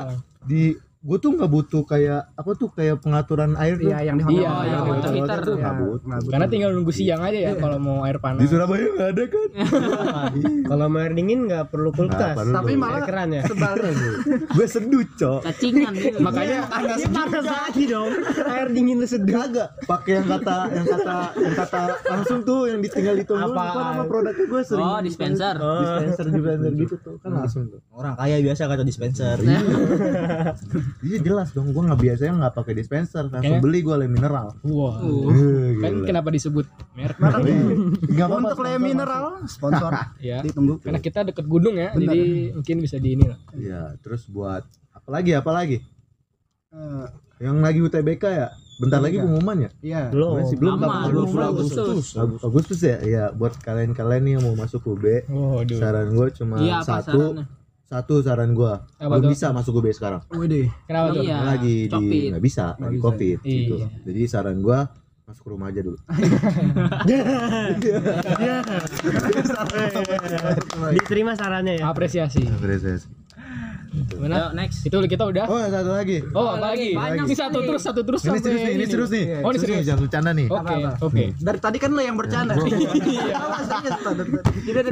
F: di gue tuh nggak butuh kayak apa tuh kayak pengaturan air tuh.
B: Iya, yang di hotel.
A: Iya,
F: Kalau
A: iya, water
F: di Jawa tuh nggak butuh.
A: karena tinggal nunggu siang aja ya kalau mau air
F: Di
A: panas
F: Surabaya nggak ada kan?
C: Kalau mau air dingin nggak perlu
F: Nggak
C: kulkas.
F: perlu.
B: Tapi
F: Air
B: malah
C: keran ya?
B: sebaliknya.
F: gue seduh cok
D: Cacingan gitu.
A: makanya
C: Panas panas lagi dong. Air dingin lu seduh.
F: kagak pakai yang kata yang kata yang kata langsung tuh yang ditinggal ditunggu apa
C: Apaan?
F: nama produknya gue sering
D: Oh, dispenser.
F: dispenser dispenser gitu tuh kan langsung tuh
E: Orang kaya biasa kata dispenser.
F: iya jelas dong gue nggak biasanya nggak pakai dispenser langsung
A: Kayaknya-
F: beli gue le mineral
A: wah
F: Eh,
A: kan
F: gila.
A: kenapa disebut merek
F: Iya. Nggak apa-apa,
B: Untuk le
F: sponsor
B: mineral sponsor
A: ya
B: ditunggu.
A: karena kita deket gunung ya jadi mungkin bisa di ini lah
F: masuk. iya terus buat apalagi apalagi
B: Eh,
F: yang lagi UTBK ya bentar lagi pengumuman ya
B: Iya.
F: belum sih belum
D: Lama,
F: belum
D: belum
F: Agustus
D: Agustus.
F: Agustus. Agustus ya ya buat kalian-kalian nih yang mau masuk UB
A: waduh
F: saran gue cuma
D: Iya, apa
F: satu
D: sarannya?
F: satu saran gue
A: Apa
F: belum
A: tuh?
F: bisa masuk UB sekarang
B: Wede.
A: kenapa tuh
D: Iya.
F: lagi
D: Covid.
F: di nggak bisa lagi covid gitu
A: Iya.
F: jadi saran gue masuk rumah aja dulu
C: Diterima sarannya ya.
A: apresiasi
F: Iya,
D: Ayo,
A: gimana
D: next.
A: itu kita udah
F: oh satu lagi
A: oh apa Ya. lagi
D: Banyak
A: ini satu terus satu terus
F: ini serius nih ini serius nih
A: Oh, ini serius.
F: nih, jangan bercanda nih
D: Oh,
A: oke oke
B: Dari tadi kan lo yang bercanda. Tidak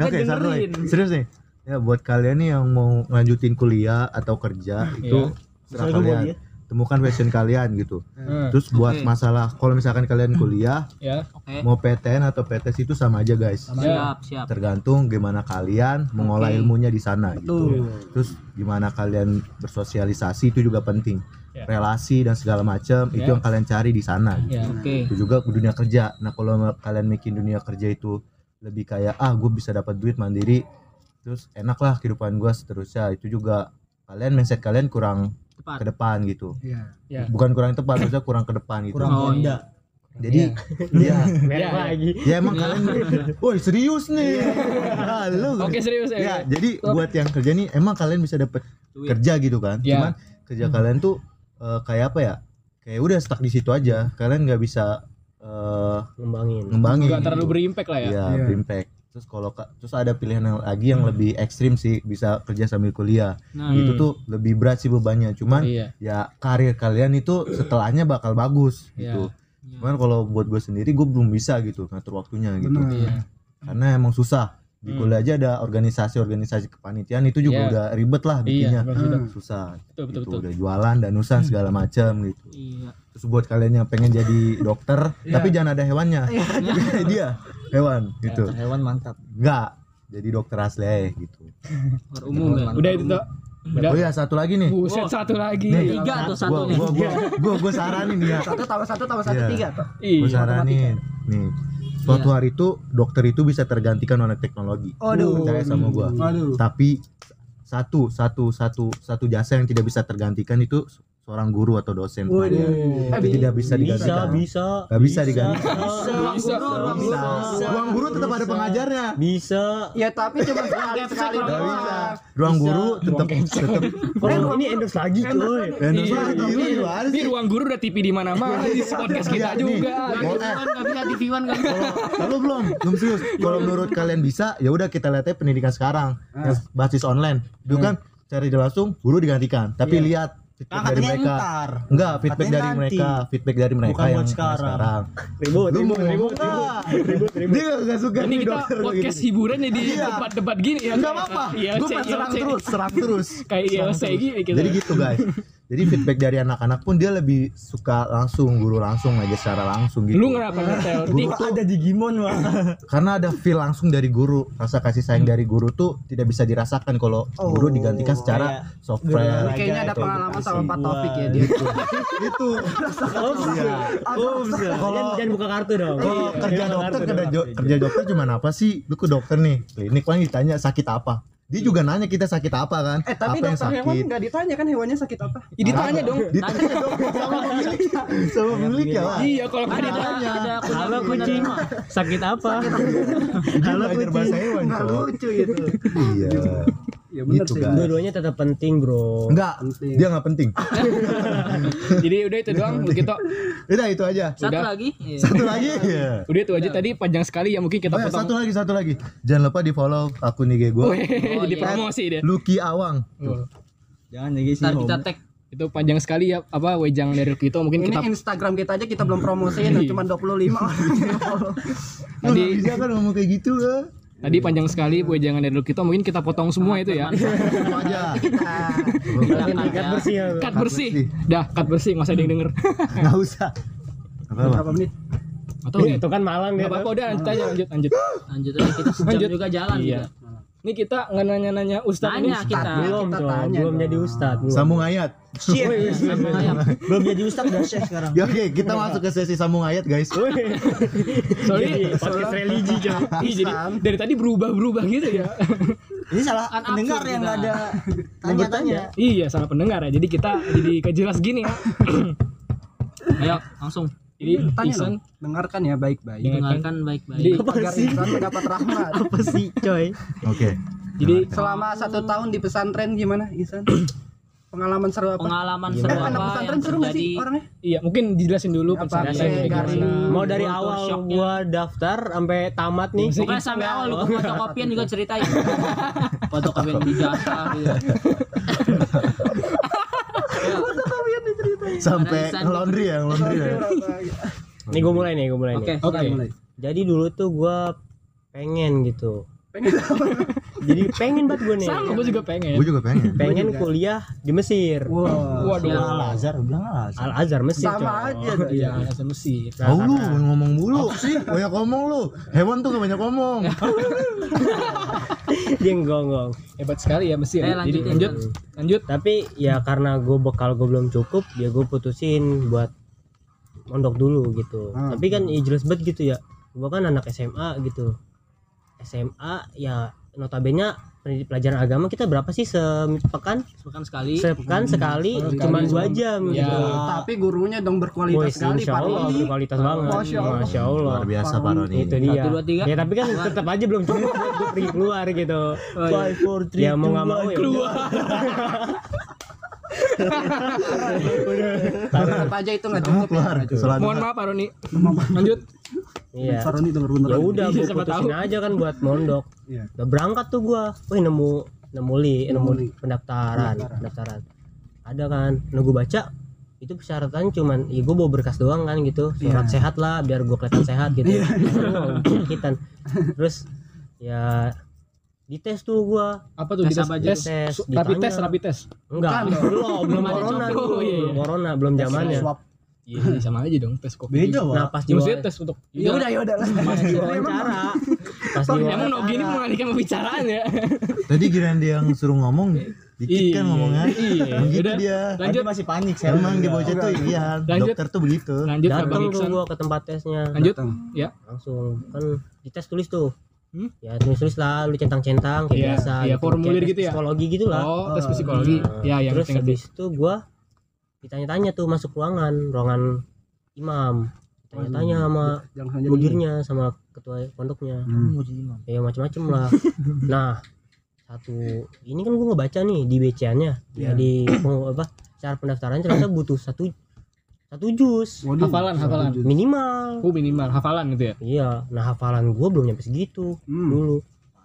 F: oke satu lagi serius nih
A: Iya.
F: ya buat kalian nih yang mau lanjutin kuliah atau kerja itu serah kalian temukan passion kalian gitu terus buat
D: Oke.
F: masalah kalau misalkan kalian kuliah
A: ya
D: Oke.
F: mau PTN atau PTS itu sama aja guys
A: ya
D: Siap, siap.
F: tergantung gimana kalian mengolah ilmunya di sana gitu.
B: Betul.
F: Terus gimana kalian bersosialisasi itu juga penting.
A: Ya.
F: Relasi dan segala macam itu
A: Ya.
F: yang kalian cari di sana. gitu.
A: ya
D: Oke.
F: Itu juga ke dunia kerja. Nah, kalau kalian bikin dunia kerja itu lebih kayak ah gue bisa dapat duit mandiri terus enak lah kehidupan gue seterusnya itu juga kalian mindset kalian kurang
D: Tepat.
F: ke depan gitu
B: Iya.
A: ya
F: bukan kurang tepat maksudnya kurang ke depan gitu
E: kurang
D: Oh,
E: Honda.
F: jadi ya,
A: Iya.
C: Merah lagi.
F: ya emang kalian woi serius nih halo
A: oke serius
F: Ya,
A: ya
F: jadi
A: Top.
F: buat yang kerja nih emang kalian bisa dapet
D: Duit.
F: kerja gitu kan.
A: Ya.
F: Cuman kerja kalian tuh eh, kayak apa ya? Kayak udah stuck di situ aja. Kalian nggak bisa eh
C: Ngembangin.
F: ngembangin.
A: nggak terlalu berimpact lah ya
F: Iya,
B: Iya.
F: berimpact. Terus kalau ka- terus ada pilihan yang lagi yang lebih ekstrim sih bisa kerja sambil kuliah.
D: Nah,
F: Itu tuh lebih berat sih bebannya. Cuman
A: iya
F: ya karir kalian itu setelahnya bakal bagus
A: Iya.
F: gitu. Cuman kalau buat gue sendiri gue belum bisa gitu ngatur waktunya gitu
B: Benar.
A: iya
F: karena emang susah di
A: Hmm.
F: kuliah aja ada organisasi-organisasi kepanitiaan itu juga
A: Iya.
F: udah ribet lah
A: iya
F: bikinnya
A: betul
F: susah
A: betul betul,
F: gitu
A: betul.
F: udah jualan
B: Hmm.
F: danusan segala macam gitu
D: Iya.
F: terus buat kalian yang pengen jadi dokter
B: Iya.
F: tapi jangan ada hewannya dia hewan gitu
A: Iya.
E: Hewan mantap.
F: enggak jadi dokter asli aja gitu
D: Luar umum ya.
A: udah itu tuh udah
F: oh iya satu lagi nih
A: buset satu lagi
F: Nih.
D: Tiga atau
F: gua
D: satu nih?
F: gua gua gua, gua saranin nih ya
B: Satu tambah satu tambah satu
F: Iya.
B: tiga toh.
F: gua
A: iya
F: saranin nih suatu hari itu dokter itu bisa tergantikan oleh teknologi
B: Aduh.
F: percaya sama gua
B: Waduh.
F: tapi satu satu satu satu jasa yang tidak bisa tergantikan itu seorang guru atau dosen
B: Waduh.
F: itu tidak bisa
C: Bisa,
F: digantikan
C: bisa.
F: Gak bisa diganti.
C: Bisa.
A: bisa
F: bisa ruang guru tetap ada pengajarnya
C: Bisa.
B: Ya
F: Iya,
B: tapi cuma sekali sekali
F: Gak
B: doang.
F: bisa ruang
C: Bisa.
F: guru tetap tetap
C: Oh, ini endorse lagi, coy.
F: Eh,
A: Iya.
F: Nusra, gitu, gimana
A: di
F: sih?
A: ruang guru udah TV di mana-mana di podcast kita
F: Iya, nih.
A: juga
F: Mau- eh,
D: Enggak bisa di V1 enggak bisa.
F: Kalau belum, belum serius. Kalau menurut kalian bisa, ya udah kita lihatnya pendidikan sekarang, yang basis online. Itu kan cari langsung, guru digantikan. Tapi lihat feedback
E: Nah,
F: dari
E: katanya
F: mereka.
E: entar.
F: Enggak, feedback
E: Katanya
F: dari
E: nanti.
F: mereka, feedback dari mereka
E: Bukan
F: yang
E: buat sekarang.
F: sekarang. Lu
C: Ribut,
F: mau
C: ribut, ribut,
F: ngomong nggak? Dia gak suka
A: ini
F: nih
A: kita
F: dokter kayak
A: podcast
F: gini.
A: hiburan ya di
F: Iya.
A: debat-debat gini ya
F: Enggak apa-apa.
A: Iya,
F: Gue
A: Oce,
F: pengen
A: iya,
F: serang
A: Oce.
F: terus, serang terus.
A: kayak IOC gini gitu
F: Jadi gitu guys. Jadi feedback dari anak-anak pun dia lebih suka langsung guru langsung aja secara langsung gitu.
A: lu kenapa ngetel
F: Guru tuh
E: Ada Digimon wah.
F: karena ada feel langsung dari guru, rasa kasih sayang dari guru tuh tidak bisa dirasakan kalau
B: Oh,
F: guru digantikan secara software.
B: iya. Kayaknya ada pengalaman sama Pak Taufik ya dia.
F: Gitu. itu
C: Oh,
B: Iya.
C: bisa. Oh, bisa. Jangan- Jangan buka kartu dong.
F: kalau
C: Iya,
F: kerja
C: jangan buka
F: dokter
C: kartu
F: kerja,
C: dong.
F: jo- kerja dokter cuman apa sih lu ke dokter nih klinik paling ditanya sakit apa dia juga nanya kita sakit apa kan
B: Eh tapi
F: apa yang
B: dokter hewan
F: sakit
B: nggak ditanya kan hewannya sakit apa? Iya.
A: Ya, ditanya dong
F: ditanya dong sama pemilik sama pemilik ya lah
A: iya kalau kan
D: Ada
F: Makanya.
D: ada
C: Halo
D: kuda
C: kucing, sakit apa?
F: dia belajar bahasa hewan
B: Nggak
F: Cok.
B: lucu itu.
F: iya
B: Ya bener
F: gitu
B: sih.
F: kan
C: Dua-duanya tetap penting, bro.
F: enggak
B: Penting.
F: dia nggak penting
A: jadi udah itu doang begitu
F: udah itu aja
D: Satu
A: Udah.
D: lagi? Iya.
F: satu lagi Iya.
A: udah itu aja tadi panjang sekali ya mungkin kita
F: oh ya,
A: potong
F: satu lagi satu lagi jangan lupa di follow akun
A: Oh,
F: IG gue
A: Weh, jadi
D: iya.
A: promosi deh
F: Lucky Awang
E: Jangan ya guys.
D: Ntar kita tag
A: itu panjang sekali ya apa wejang dari Rukito mungkin
B: Ini
A: kita
B: Instagram kita aja kita belum promosiin cuma 25 orang.
F: Lu nggak
A: tadi
F: bisa kan ngomong kayak gitu eh.
A: tadi panjang sekali wejangan dari Rukito mungkin kita potong semua itu ya
F: Sama aja
C: Tingkat bersih ya.
A: cut
F: bersih.
A: bersih dah cut bersih nggak usah ada yang denger
F: nggak usah apa
B: Berapa menit?
A: atau ya?
C: Tuh, itu kan malang
A: nggak
C: dia.
A: apa-apa
C: tuh.
A: udah lanjut aja lanjut lanjut
D: lanjut aja kita sejam
A: Lanjut.
D: juga jalan
A: Iya.
D: kita.
A: ini kita nggak nanya-nanya Ustaz ini
D: Tanya kita.
C: Belum,
B: Kita
C: Cok.
B: tanya
C: Belum
B: dong.
C: jadi ustadz. belum.
F: sambung ayat
D: Sambung
E: Iya.
D: ayam.
E: belum jadi ustaz udah chef sekarang.
F: Ya, oke kita masuk ke sesi sambung ayat guys
A: sorry
C: Jadi, Podcast religi, Cok.
A: Ih, jadi dari tadi berubah-berubah gitu ya
E: Ini salah
D: Kan
E: pendengar
D: absurd
E: yang
D: kita.
E: nggak ada tanya-tanya.
A: Iya, salah pendengar ya. Jadi kita jadi kejelas gini ya.
D: Ayo langsung
A: Jadi
B: Tanya
A: Ihsan,
B: dong. Dengarkan ya baik-baik.
D: dengarkan baik-baik.
A: jadi,
B: Agar Ihsan mendapat rahmat.
C: Apa sih, coy?
F: oke
A: jadi
B: Selama satu tahun di pesantren gimana Ihsan? Pengalaman seru apa?
D: Pengalaman
B: Eh,
D: seru
B: anak
D: apa
B: pesantren
D: yang
B: seru nggak sih
D: terjadi?
B: orangnya?
A: iya mungkin dijelasin dulu
B: Apa?
A: pesantren
B: Jelasin,
A: kayak
B: garing.
A: gimana.
C: Mau dari
D: Motor
C: awal
D: shocknya.
C: gua daftar sampai tamat nih.
A: gitu
D: Pokoknya sampai awal lu ke fotokopian juga ceritain. Fotokopian ijazah gitu.
F: sampai
D: Arisan.
F: laundry ya laundry ya
C: Nih gua mulai nih, gua mulai
D: Oke.
C: nih.
A: Oke.
B: Mulai.
C: Jadi dulu tuh gua pengen gitu.
B: Pengen apa?
E: jadi pengen banget gue nih
A: Sama gue Kan juga pengen.
F: Gue juga pengen.
E: pengen kuliah di Mesir
B: Wah.
A: Waduh.
G: Al Azhar bilang Al Azhar. Oh.
E: Al Azhar Mesir coy.
B: Sama aja.
A: Iya, alasan Mesir.
E: Nah,
F: Tahu Oh, lu
E: karena-
F: ngomong dulu sih, banyak ngomong lu. Hewan tuh gak banyak ngomong.
E: dia ngonggong
A: Hebat sekali ya Mesir.
D: Eh,
A: ya.
D: lanjutin.
A: lanjut, lanjut.
E: tapi ya karena gue bekal gue belum cukup ya gue putusin buat mondok dulu gitu
G: Ah.
B: Hmm.
E: tapi kan ya jelas banget gitu ya gue kan anak SMA gitu SMA ya notabene peni- pelajaran agama kita berapa sih sepekan
D: Sepekan sekali.
E: sepekan kan sekali
A: sekali.
E: cuman dua jam
A: Ya.
E: gitu
B: Tapi gurunya dong
E: Wih,
B: berkualitas sekali Pak
E: insya
B: Iya,
E: Allah
B: Didi.
E: berkualitas banget
B: Masya Allah.
E: Masya Allah
F: Luar biasa Pak Roni.
E: itu dia
D: Satu, dua, tiga.
E: ya tapi kan tetap aja belum cukup gue pergi keluar gitu
D: Oh, iya.
G: Five, four, three,
E: ya mau
G: two,
E: nggak mau
G: one.
E: ya keluar
B: Tetap aja itu nggak
F: Kamu
B: cukup.
F: keluar. Sholat.
A: Mohon maaf Pak Roni. Lanjut.
E: iya
B: Pak Roni denger bener.
E: ya udah
A: Iya,
E: gue
A: siapa
E: putusin aja kan buat mondok
B: Iya.
E: udah berangkat tuh gue wih nemu nemu li eh, nemu
B: Nemu li.
E: pendaftaran
B: Pendaftaran.
E: pendaftaran ada kan nunggu baca itu persyaratan cuman ya gue bawa berkas doang kan gitu surat
B: Iya.
E: sehat lah biar gue kelihatan sehat gitu Gua nggak sakitan terus ya dites tuh gue
A: Apa tuh
D: Tes
A: dites?
D: apa aja
A: Tes,
E: tuh? Tes,
A: su- rapid
E: ditanya.
A: test, rapid test.
E: enggak
B: Bukan dong.
E: belum belum
D: ada
E: corona
D: campur.
E: dulu,
A: Oh, iya,
E: belum
A: iya.
E: corona belum zamannya
B: Swab.
A: Iya, sama aja dong tes covid.
G: Beda, Wak.
E: nah pas
A: Di Mesir
E: diwawancara
A: tes untuk
D: Iya,
B: Ya udah ya udah lah.
E: pas diwawancara
A: Oh,
E: pas
F: Iya.
A: Emang
E: diwawancara
A: Nogi ini mengalihkan pembicaraan ya.
F: Tadi giliran dia yang suruh ngomong, dikit
A: Iya,
F: kan ngomongnya.
A: iya.
F: Begitu
A: Udah.
F: Gitu dia.
A: Lanjut.
G: Tadi masih panik saya.
F: Emang di bocah tuh iya,
A: Lanjut. Nah,
F: dokter tuh begitu.
A: Lanjut Pak Bang
E: datang tuh
A: Iksan.
E: gue ke tempat tesnya
A: Lanjut.
B: Datang.
A: Ya.
E: langsung kan dites tulis tuh
A: Hmm?
E: ya tulis tulis lah lu centang centang kayak
A: Iya,
E: biasa
A: iya, formulir
E: Kayak
A: gitu ya?
E: psikologi gitu lah Nah,
A: Oh, tes psikologi. Ya, yang
E: Iya. terus
A: penting
E: habis itu gua ditanya-tanya tuh masuk ruangan ruangan imam tanya-tanya sama
B: Jangan saja
E: mudirnya sama ketua pondoknya
F: Hmm.
G: Mau jadi imam.
E: ya macam-macam lah nah satu ini kan gua ngebaca nih di BCA-nya
A: Iya.
E: ya di peng- apa cara pendaftaran ternyata butuh satu satu jus
B: Waduh.
A: Hafalan, hafalan.
E: minimal
A: Oh, minimal hafalan gitu ya.
E: iya nah hafalan gua belum nyampe segitu
B: Hmm.
E: dulu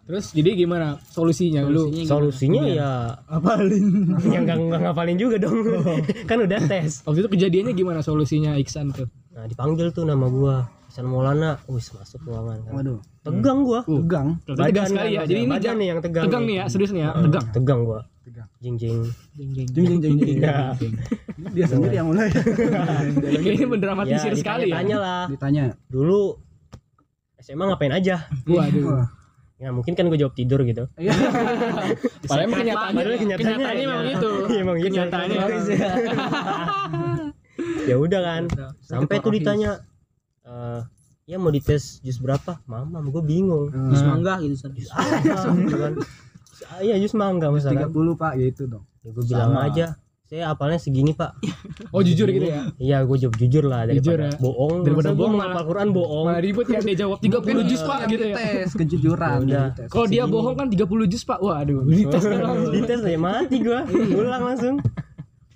A: Terus jadi gimana solusinya lu?
D: Solusinya Iya, gimana?
E: solusinya ya
G: Apalin.
E: yang nggak nggak ngapalin juga dong kan udah tes
A: Waktu itu kejadiannya gimana solusinya Iksan tuh?
E: nah dipanggil tuh nama gua Hasan Maulana wis masuk ruangan kan.
B: Waduh.
E: tegang gua
B: Tegang.
A: Ternyata tegang
E: Badan
A: sekali ya.
E: kan,
A: Jadi ini
E: badan
A: jangan
E: nih yang tegang
A: tegang nih ya, serius nih ya, tegang.
E: tegang gua
B: Tegang.
E: jing jing
B: Jeng jeng jeng jeng. Dia sendiri yang mulai.
E: gitu.
A: Ini mendramatisir
E: Iya,
A: sekali ya.
E: tanya lah
B: Ditanya.
E: dulu SMA ngapain aja
A: Waduh.
B: Wah. Iya.
E: ya mungkin kan gua jawab tidur gitu
A: Padahal emang kenyataannya,
E: Padahal kenyataannya
A: kenyataannya
E: ya.
A: memang itu.
E: Iya, emang gitu.
A: kenyataannya.
E: ya udah kan sampai
B: Ketua
E: tuh
B: Rohis.
E: ditanya eh ya mau dites jus berapa mamam gua bingung
D: Jus
B: Hmm.
D: mangga gitu San.
E: jus apa gitu kan Jus- ah, iya jus mangga misalkan
B: 30 Pak ya itu dong.
E: ya gue bilang
G: Sama.
E: aja saya apalnya segini pak
A: Oh jujur gitu ya.
E: iya gue jawab jujur lah
A: Jujur
E: daripada
A: ya.
E: bohong
A: Daripada
E: Masa gua
A: bohong
E: ngapal
A: malah.
E: Quran bohong Iya.
A: Malah ribut ya dia jawab 30 juz Pak gitu ya.
B: Tes kejujuran. Gitu.
E: Ya udah.
B: Dites.
A: Kalau dia bohong kan 30 juz Pak. Waduh, ini tes doang.
E: dites ya mati gue pulang langsung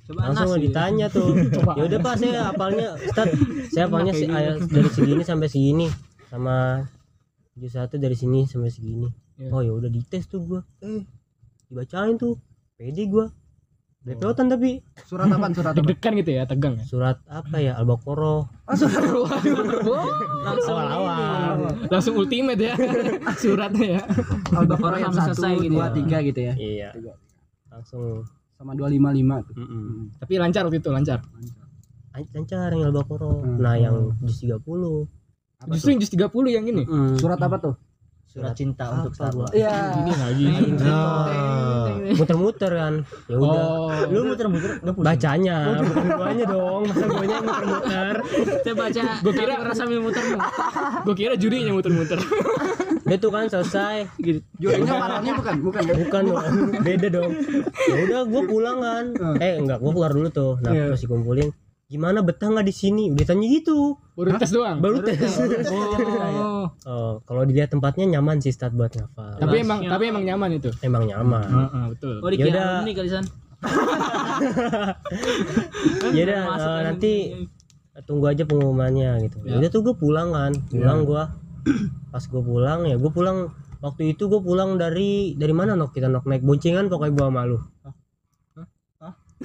D: Coba
E: langsung
D: Anas,
E: ditanya tuh ya udah pak saya apalnya Ustaz saya apalnya si, ayat dari segini sampai segini sama jus satu dari sini sampai segini
A: Iya.
E: oh ya udah dites tuh gue eh dibacain tuh pede gue Lepotan tapi
B: Surat apa? Surat apa?
A: Deg-degan gitu ya, tegang ya.
E: surat apa ya Al-Baqarah
B: Oh,
D: langsung
E: awal-awal
A: Langsung ultimate ya suratnya ya.
B: Al-Baqarah yang 1
D: Sampai selesai gitu
B: 2
D: ya.
B: 3 gitu ya.
E: iya langsung
B: Sama 255 tuh.
E: mm
A: Tapi lancar waktu itu, lancar.
E: lancar yang Al-Baqarah.
B: Hmm.
E: Nah, yang jus 30.
B: Apa
A: Justru yang juz 30 yang ini.
B: Surat apa tuh?
G: Surat cinta
E: Apa
G: untuk Sarwa.
B: Iya.
A: Ini lagi.
F: Nah,
E: Muter-muter kan. Ya udah.
A: Oh.
G: Lu muter-muter udah pusing.
E: Bacanya, bukan guanya dong. Masa guanya yang muter-muter.
D: Saya baca.
A: Gua kira-
D: tapi ngerasa sambil muter.
A: Gue kira jurinya muter-muter.
E: Dia tuh kan selesai.
B: Jurinya parahnya bukan, bukan.
E: Bukan dong. Beda dong. Ya udah gua pulang kan. Eh, enggak, gua keluar dulu tuh. Nah,
A: Iya.
E: masih kumpulin. Gimana betah nggak di sini? Udah tanya gitu.
A: Baru tes doang.
E: Baru tes.
A: Oh.
E: Oh, kalau dilihat tempatnya nyaman sih Stad buat ngafal.
A: Tapi emang tapi emang nyaman itu.
E: Emang nyaman.
A: Heeh, betul.
D: Oh, dikira
E: Yaudah.
D: alumni kali San.
E: Ya udah,
D: Masuk
E: eh,
D: kan.
E: nanti tunggu aja pengumumannya gitu.
A: Ya.
E: Ya. Udah tuh gue pulang kan, pulang gua. Pas gue pulang ya gue pulang waktu itu gue pulang dari dari mana nok kita nok naik boncengan pokoknya gua malu.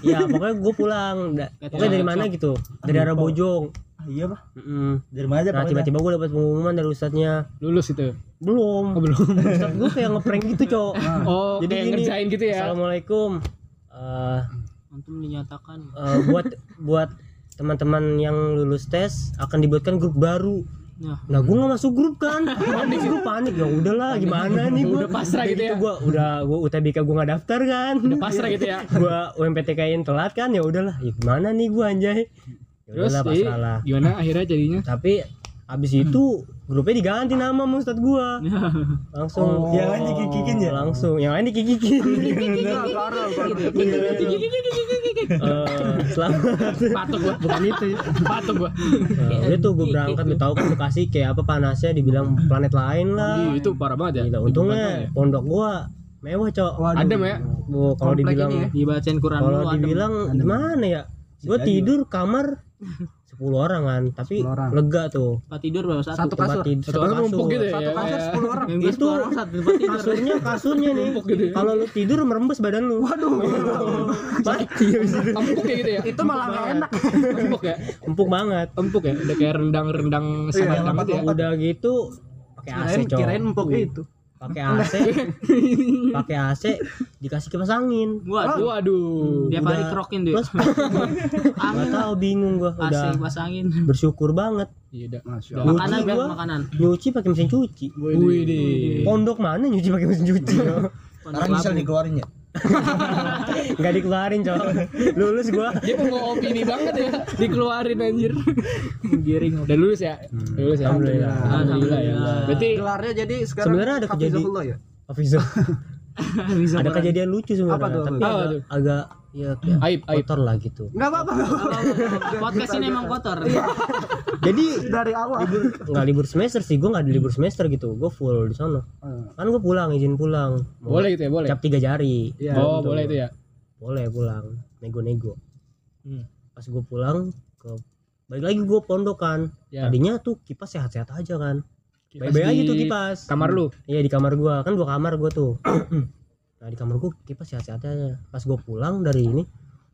E: Iya pokoknya gue pulang, Da- pokoknya dari mana gitu, dari arah Bojong. Ah, iya pak
C: Mm-mm.
E: dari mana aja Iya.
C: Nah
E: pokoknya.
C: tiba-tiba gue dapat pengumuman dari ustadznya
A: Lulus itu.
C: belum.
A: Oh, belum.
C: Ustadz gue kayak ngeprank gitu cok.
A: Oh,
C: Jadi
A: kayak
C: gini,
A: ngerjain gitu ya.
C: Assalamualaikum. Eh,
D: Antum dinyatakan
C: eh, buat buat teman-teman yang lulus tes akan dibuatkan grup baru.
D: Nah.
C: Nah, gue gak masuk grup kan. Panik gue panik. Ya udahlah, gimana nih gue.
A: Udah pasrah gitu ya.
C: Gue udah gue UTBK gue gak daftar kan.
A: Udah pasrah gitu ya.
C: gue UMPTK-in telat kan. Ya udahlah, ya gimana nih gue anjay. Ya
A: Terus
C: udahlah
A: jadi
C: pasrah lah.
A: gimana akhirnya jadinya?
C: Tapi abis itu grupnya diganti nama sama ustadz gue. Langsung
A: Oh.
E: Yang lain Oh. dikikikin ya?
C: Langsung. gitu. Yang lain dikikikin. Eh, selamat
A: Patok gua, bukan itu. Patok gua.
C: Nah, udah tuh gue
B: gitu.
C: berangkat gue tahu kan Bekasi kayak apa panasnya dibilang planet lain
B: Iya.
C: lah
A: Ih, itu parah banget ya.
C: Gila, untungnya pondok gua mewah cok
B: Waduh.
A: Ada ya?
C: Gua kalau
B: Komplek
C: dibilang
B: ini ya.
D: dibacain Quran
C: kalau
D: dulu adem.
C: dibilang gimana ya gua tidur kamar 10 orang kan
B: 10
C: tapi
B: orang.
C: lega tuh
D: Tempat tidur berapa satu?
B: Satu kasur.
C: tidur
A: Satu orang numpuk gitu ya.
B: Satu kasur
A: kayak-
B: 10 orang.
D: Enggak,
C: Itu-
D: sepuluh orang satu tempat tidur.
C: kasurnya kasurnya nih
A: gitu ya.
C: kalau lu tidur merembes badan lu waduh mati abis itu.
A: Empuk ya gitu ya.
B: Itu malah nggak enak.
A: Empuk ya.
C: empuk banget
A: Empuk ya. Udah kayak rendang-rendang sama banget
E: Iya.
A: ya.
C: udah gitu pakai AC
B: Kirain,
C: cok
B: kirain empuk itu.
C: pakai AC pakai AC dikasih kipas angin
D: Waduh.
A: Waduh. Iya,
D: Dia
C: Udah.
D: kali kerokin dia.
C: plus nggak tahu bingung gua
D: AC
C: udah
D: pasangin.
C: bersyukur banget
A: Iya, dah. Udah.
B: Masya Allah.
D: Makanan
C: Gua-
D: biar makanan.
C: nyuci pakai mesin cuci
A: Wih deh.
C: pondok mana nyuci pakai mesin cuci
E: Sekarang bisa dikeluarin ya
C: nggak dikeluarin cowok lulus gua
A: Dia mau opini banget ya. Dikeluarin anjir. Giring. Udah lulus ya? Lulus ya.
C: Alhamdulillah.
A: Alhamdulillah ya.
D: Alhamdulillah.
A: Berarti
B: Gelarnya jadi sekarang
C: Sebenarnya ada kejadi-
B: Hafizahullah ya.
C: Hafizo
D: Bisa
C: ada
D: Quran.
C: kejadian lucu
B: Apa tuh, apa
C: sebenarnya tapi
B: tuh?
A: Apa
C: agak,
A: tuh?
C: agak ya kayak
A: aib
E: Iya.
A: aib.
C: kotor lah gitu
B: Enggak apa-apa. nggak apa-apa.
D: Podcast ini emang kotor.
C: Iya. jadi
B: Dari awal.
C: nggak libur semester sih gua nggak ada libur semester gitu gua full di sana kan gua pulang izin pulang Mau
A: Boleh gitu ya, boleh.
C: cap tiga jari
B: Iya.
A: Oh,
C: betul.
A: boleh itu ya.
C: boleh pulang nego-nego
A: Hmm.
C: pas gue pulang ke balik lagi gue pondok kan
A: Ya.
C: tadinya tuh kipas sehat-sehat aja kan
A: Kipas
C: baik-baik aja
A: di
C: tuh kipas
A: Kamar lu.
C: iya di kamar gua kan dua kamar gua tuh nah di kamar gua kipas sehat-sehat aja pas gue pulang dari ini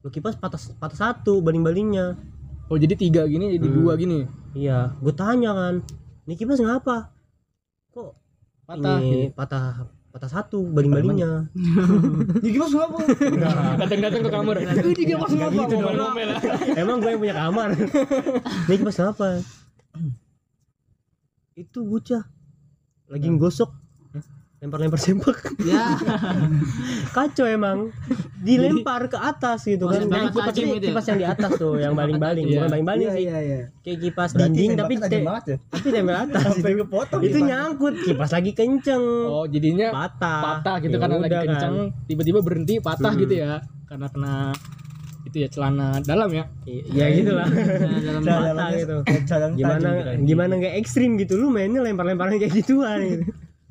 C: lu kipas patah patah satu banding-bandingnya
A: Oh, jadi tiga gini jadi
C: Hmm.
A: dua gini.
C: iya gue tanya kan ini kipas ngapa kok
A: Patah gitu.
C: ini patah patah satu banding-bandingnya
E: ya gimana semua Bu?
A: Datang-datang ke kamar.
C: Iya,
A: Itu dia pas ngapa?
C: gitu
A: Ngomel-ngomel.
C: Emang gue yang punya kamar. Ini kipas kenapa? Itu bocah lagi gosok lempar-lempar sempak
D: Ya.
C: kacau emang dilempar ke atas gitu kan
D: Maksudnya
C: Nah, kipas,
D: tajam gitu ya?
C: kipas yang di atas tuh yang baling-baling
A: Iya.
C: bukan baling-baling
B: Iya
C: sih
B: iya iya.
C: kayak kipas
E: Berarti
C: dinding tapi
E: tembaknya tajam
C: te-
E: banget ya
C: tapi tempel atas
E: sampai kepotong
C: itu nyangkut kipas lagi kenceng
A: Oh, jadinya
C: patah
A: patah gitu
C: Ya
A: karena lagi
C: udah kan.
A: kencang tiba-tiba berhenti patah
C: Hmm.
A: gitu ya karena kena itu ya celana dalam ya
C: ya gitulah
D: Nah, dalam
C: patah gitu gimana gimana nggak ekstrim gitu lu mainnya lempar-lemparan kayak gituan gitu.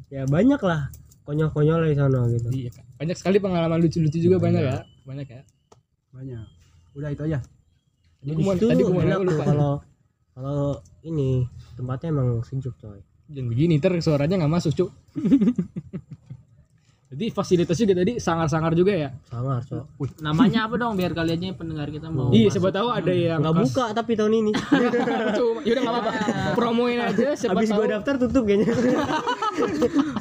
C: ya banyak lah konyol-konyol di sana gitu
A: Iya, Kak. banyak sekali pengalaman lucu-lucu juga banyak ya banyak ya
B: Banyak. Udah itu aja.
C: Jadi
A: Gua mau-
C: situ
A: tadi gua mau
C: Gitu. enak
A: nanya,
C: tuh
A: lupa.
C: kalau kalau ini tempatnya emang sejuk coy
A: jangan begini ter suaranya nggak masuk cuk jadi fasilitas juga tadi sangar-sangar juga ya
C: sangar cok
D: Namanya apa dong biar kalian aja pendengar kita mau.
A: iya
D: Oh, masuk.
A: siapa tahu ada yang
C: nggak buka tapi tahun ini
A: Cuma- yaudah nggak apa-apa promoin aja siapa
C: habis
A: tahu
C: gua daftar tutup kayaknya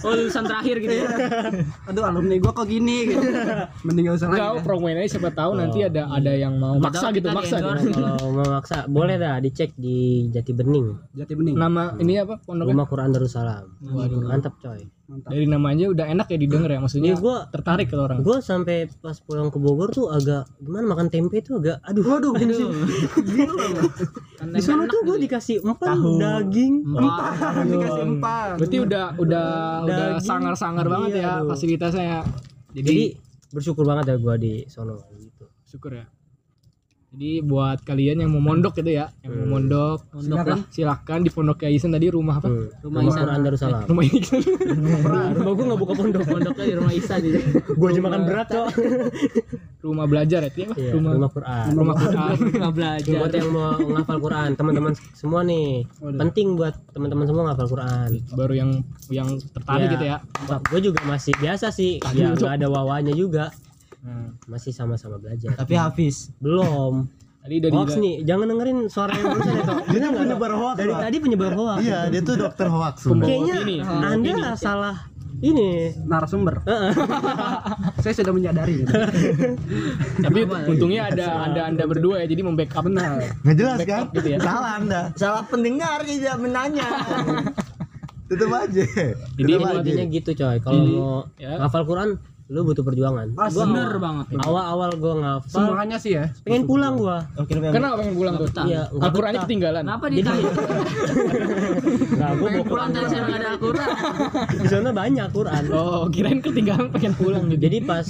D: Oh, lulusan terakhir gitu.
C: Iya.
D: ya.
B: Aduh alumni gua kok gini gitu. Mending gak usah lagi.
A: nggak
B: dah.
A: promoin aja siapa tahu nanti ada ada yang mau
D: Siapa
A: maksa
D: tahu
A: gitu
D: kita
A: maksa
D: diendorse.
A: gitu.
C: kalau mau Oh, maksa boleh dah dicek di Jati Bening
B: Jati bening.
A: nama ini apa pondoknya
C: rumah Quran Darussalam
A: Waduh.
C: mantap coy
B: Mantap.
A: dari namanya udah enak ya didengar ya maksudnya
C: ini gua
A: tertarik ke orang
C: gua sampai pas pulang ke Bogor tuh agak gimana makan tempe tuh agak aduh
B: Waduh.
D: Aduh. Kan
C: di sana
D: enak
C: tuh gue
D: gitu.
C: dikasih empan daging
D: Wah,
B: Dikasih empat.
A: Berarti udah udah udah
C: Daging.
A: sangar-sangar banget
C: Iya,
A: ya
C: aduh.
A: fasilitasnya ya. Jadi,
C: jadi bersyukur banget ya gua di sono gitu
A: syukur ya. Jadi buat kalian yang mau mondok gitu ya, yang
C: Hmm.
A: mau mondok, mondok
B: Silakan.
A: lah, silakan di Pondok Kiai Isen tadi rumah apa?
C: Hmm.
D: Rumah
C: rumah
D: Isan.
C: Quran Darussalam
A: Rumah ini kan.
C: rumah gua nggak buka pondok
D: pondoknya di rumah Isa di
C: gua aja makan berat cok
A: rumah belajar ya, itu ya, Pak?
C: Iya,
A: rumah
C: rumah Quran.
A: rumah Quran.
D: nggak
C: Jadi
D: belajar.
C: buat yang mau ngafal Quran, teman-teman semua nih.
A: Hmm.
C: Penting buat teman-teman semua ngafal Quran.
A: baru yang yang tertarik
C: Iya.
A: gitu ya.
C: Gue juga masih biasa sih, ya Hmm. nggak ada wawanya juga. Masih sama-sama belajar.
E: tapi Hafiz
C: Belum.
A: Tadi dari
C: hoax nih jangan dengerin suara yang barusan itu
F: Dia tuh penyebar hoax.
C: dari
F: Pak.
C: tadi penyebar hoax
F: Iya, dia tuh dokter hoax
A: Pembohong.
F: sebenarnya.
C: kayaknya
A: Opini,
C: anda salah ini
B: narasumber. Saya sudah menyadari.
A: tapi untungnya ada ada anda berdua ya jadi membackup ya? benar
F: Nggak jelas kan?
A: Backup gitu ya.
F: Salah Anda.
E: Salah pendengar tidak menanya.
F: Tetep aja.
A: Jadi
F: Tetep aja.
C: intinya gitu coy kalau mau
A: Ya.
C: ngafal Quran lu butuh perjuangan
B: Mas,
D: bener banget
C: awal-awal gua ngafal
B: Semuanya sih ya.
C: pengen pulang gua
E: Oke,
A: kenapa pengen pulang tuh
C: Iya, nggak
A: Al-Qurannya
C: betah.
A: ketinggalan
D: kenapa ditanya
C: nah gua
D: pengen pulang dari sana nggak ada Al-Quran
C: di sana banyak Quran
A: oh kirain ketinggalan pengen pulang gitu
C: jadi pas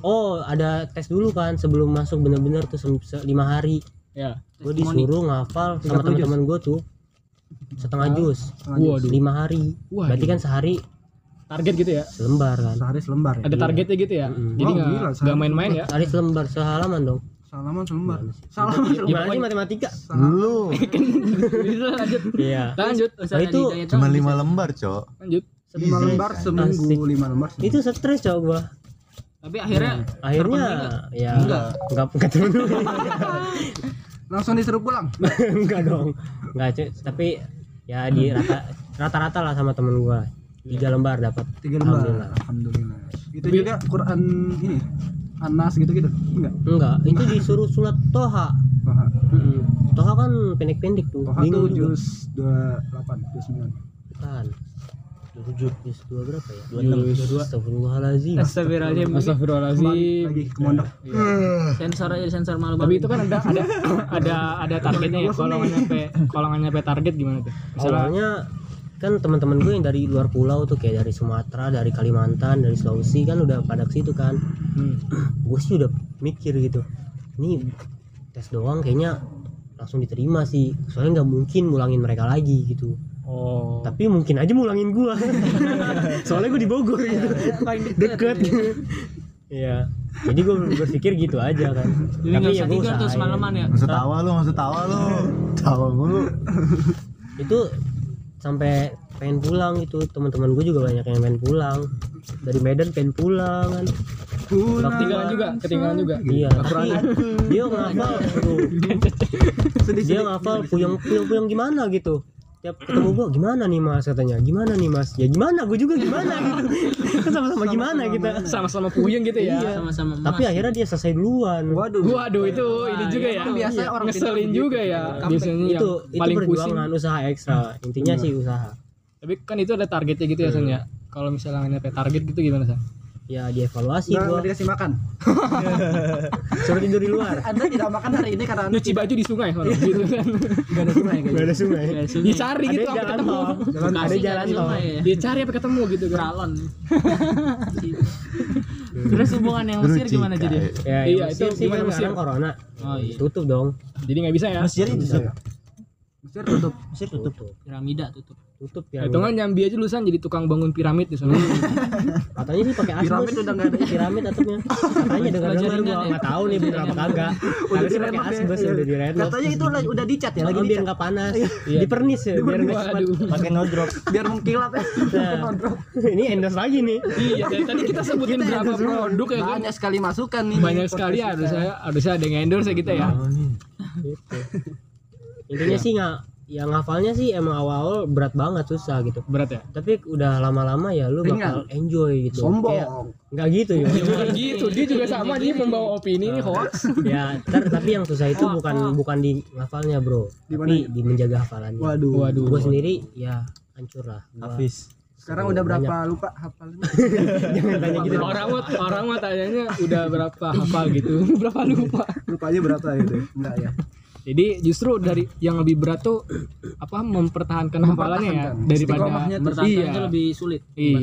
C: oh ada tes dulu kan sebelum masuk bener-bener tuh sem- se- lima hari
A: ya
C: gue disuruh ngafal sama teman-teman gue tuh setengah jus
A: Waduh.
C: lima hari
A: Waduh.
C: berarti kan sehari
A: target gitu ya
C: selembar kan
B: Sehari selembar ya.
A: ada targetnya gitu ya jadi
B: Wah,
A: nggak
B: gila, sangat
A: nggak main-main ya
C: sehari selembar sehalaman dong
B: Salaman selembar. Salaman selembar.
C: gimana sih Iya, matematika
F: Lu
A: Itu lanjut
C: iya
A: lanjut
D: Ustaz
C: Nah, itu
D: Ali Hidayat
F: cuma
D: tuh
F: lima lembar, Cok.
A: lanjut
B: Lima
F: iya,
B: lembar seminggu,
C: Asik.
B: lima lembar. seminggu.
C: itu stres cowok gua
D: tapi akhirnya
C: Iya. akhirnya ya
B: Enggak.
C: enggak enggak terpenuhi.
B: Langsung disuruh pulang.
C: enggak dong enggak cuy tapi ya di rata rata-rata lah sama temen gua tiga lembar dapat
B: Tiga lembar.
C: Alhamdulillah.
B: Alhamdulillah. Itu juga Quran ini. ya? Anas gitu-gitu. Enggak.
C: enggak itu disuruh surat toha
B: Toha.
C: Mm-mm. toha kan pendek-pendek tuh
B: Toha tuh
C: bingung juga.
B: juz 28, juz 9.
C: Bukan. Tujuh plus dua berapa ya? Dua enam Astagfirullahaladzim.
D: Astagfirullahaladzim
A: Iya. Astagfirullahaladzim
B: Lagi ke mondok.
D: sensor aja sensor malu
A: tapi itu kan ada ada ada ada targetnya ya kalau nggak nyampe kalau nggak nyampe target gimana tuh misalnya
C: Soalnya kan teman-teman gue yang dari luar pulau tuh kayak dari Sumatera, dari Kalimantan, dari Sulawesi kan udah pada ke situ kan.
A: hmm,
C: Gue sih udah mikir gitu. Ini tes doang kayaknya langsung diterima sih. Soalnya nggak mungkin mulangin mereka lagi gitu.
A: oh
C: Tapi mungkin aja mulangin gua. Soalnya gue di Bogor gitu. Deket. Iya. Jadi gue berpikir gitu aja kan.
D: jadi nggak usah
C: gua
D: tidur tuh
C: usahain.
D: semalaman ya
F: Nggak usah tawa lu, nggak usah tawa lu. Tawa mulu.
C: itu sampai pengen pulang gitu teman-teman gue juga banyak yang pengen pulang dari Medan pengen pulang kan
A: ketinggalan juga ketinggalan juga
C: iya tapi dia ngafal tuh. dia ngafal puyeng puyeng puyeng gimana gitu tiap ketemu gue gimana nih mas katanya gimana nih mas ya gimana gue juga gimana gitu Kan sama-sama gimana kita
A: sama-sama puyeng gitu ya
D: sama-sama
C: Iya. tapi akhirnya dia selesai duluan
B: Waduh.
A: Waduh itu ini juga ya.
B: biasa orang
A: ngeselin
B: pintar
A: juga ya. Biasanya
C: itu
A: yang
C: itu
A: paling pusing.
C: perjuangan usaha ekstra intinya sih usaha
A: Tapi kan itu ada targetnya gitu ya San ya. Kalau misalnya nggak nyampe target gitu gimana San?
C: ya dievaluasi
B: Nggak
C: gue
B: nggak dikasih makan.
C: suruh tidur di luar
B: Anda tidak makan hari ini karena Anda
A: Nyuci baju di sungai kalau gitu kan.
B: tidak ada sungai kayaknya.
C: ada sungai
A: Dia cari gitu
C: ada
A: sampai
C: jalan
A: ketemu.
C: tol ada
D: Bekasi Iya, jalan
C: jalan gitu. tol
D: rumah ya
A: Dia cari apa ketemu gitu kan.
D: peralon terus hubungan yang Mesir gimana jadi
C: Ya,
A: Iya,
C: iya,
A: itu
C: itu sih
A: gimana
C: kan
A: Mesir?
C: sekarang corona.
D: Oh, iya.
C: Tutup dong.
A: Jadi nggak bisa ya.
E: Mesir itu
B: Mesir tutup.
E: Mesir tutup.
C: Tutup.
D: piramida tutup
C: Tutup ya.
A: Hitungan nyambi aja lu San jadi tukang bangun piramid di sana.
C: Katanya sih pakai asbes.
B: Piramid udah nggak ada.
C: Piramid atapnya. Katanya dengar dengar
D: Jaringan
C: gua
D: ya.
C: enggak tahu nih bener apa kagak. Udah sih pakai asbes udah direnov.
B: Katanya itu lagi- udah dicat ya, lagi
C: Lagi biar
B: dicat.
C: enggak panas.
A: Iya.
C: Dipernis ya, biar enggak cepat.
A: Waduh.
E: Pakai no drop.
B: Biar mengkilap ya.
C: Nah, ini endorse lagi nih.
A: Iya, dari tadi kita sebutin berapa produk ya kan.
B: Banyak sekali masukan nih.
A: Banyak sekali harus saya harusnya ada yang endorse ya kita ya.
C: Gitu. Intinya sih nggak yang ngafalnya sih emang awal-awal berat banget susah gitu.
A: Berat ya.
C: Tapi udah lama-lama ya lu bakal enjoy gitu. Kayak,
B: Sombong.
C: Nggak gitu ya.
A: Bukan gitu, Ah. dia juga sama dia membawa opini ini hoax.
C: ya ter- tapi yang susah itu bukan bukan di ngafalnya bro tapi di menjaga hafalannya
B: Waduh.
A: Waduh.
C: gue sendiri ya hancur lah Gua-
E: Hafiz.
B: Sekarang udah berapa lupa hafalnya?
C: tanya gitu
A: Orang mah orang mah tanyanya udah berapa hafal gitu, berapa lupa.
B: Lupanya berapa gitu? Enggak ya.
A: Jadi justru dari yang lebih berat tuh apa mempertahankan hafalannya ya
B: Mempertahankan.
A: daripada
B: Istiqomahnya
A: iya.
B: tuh.
D: bertahan itu lebih sulit
A: Iya.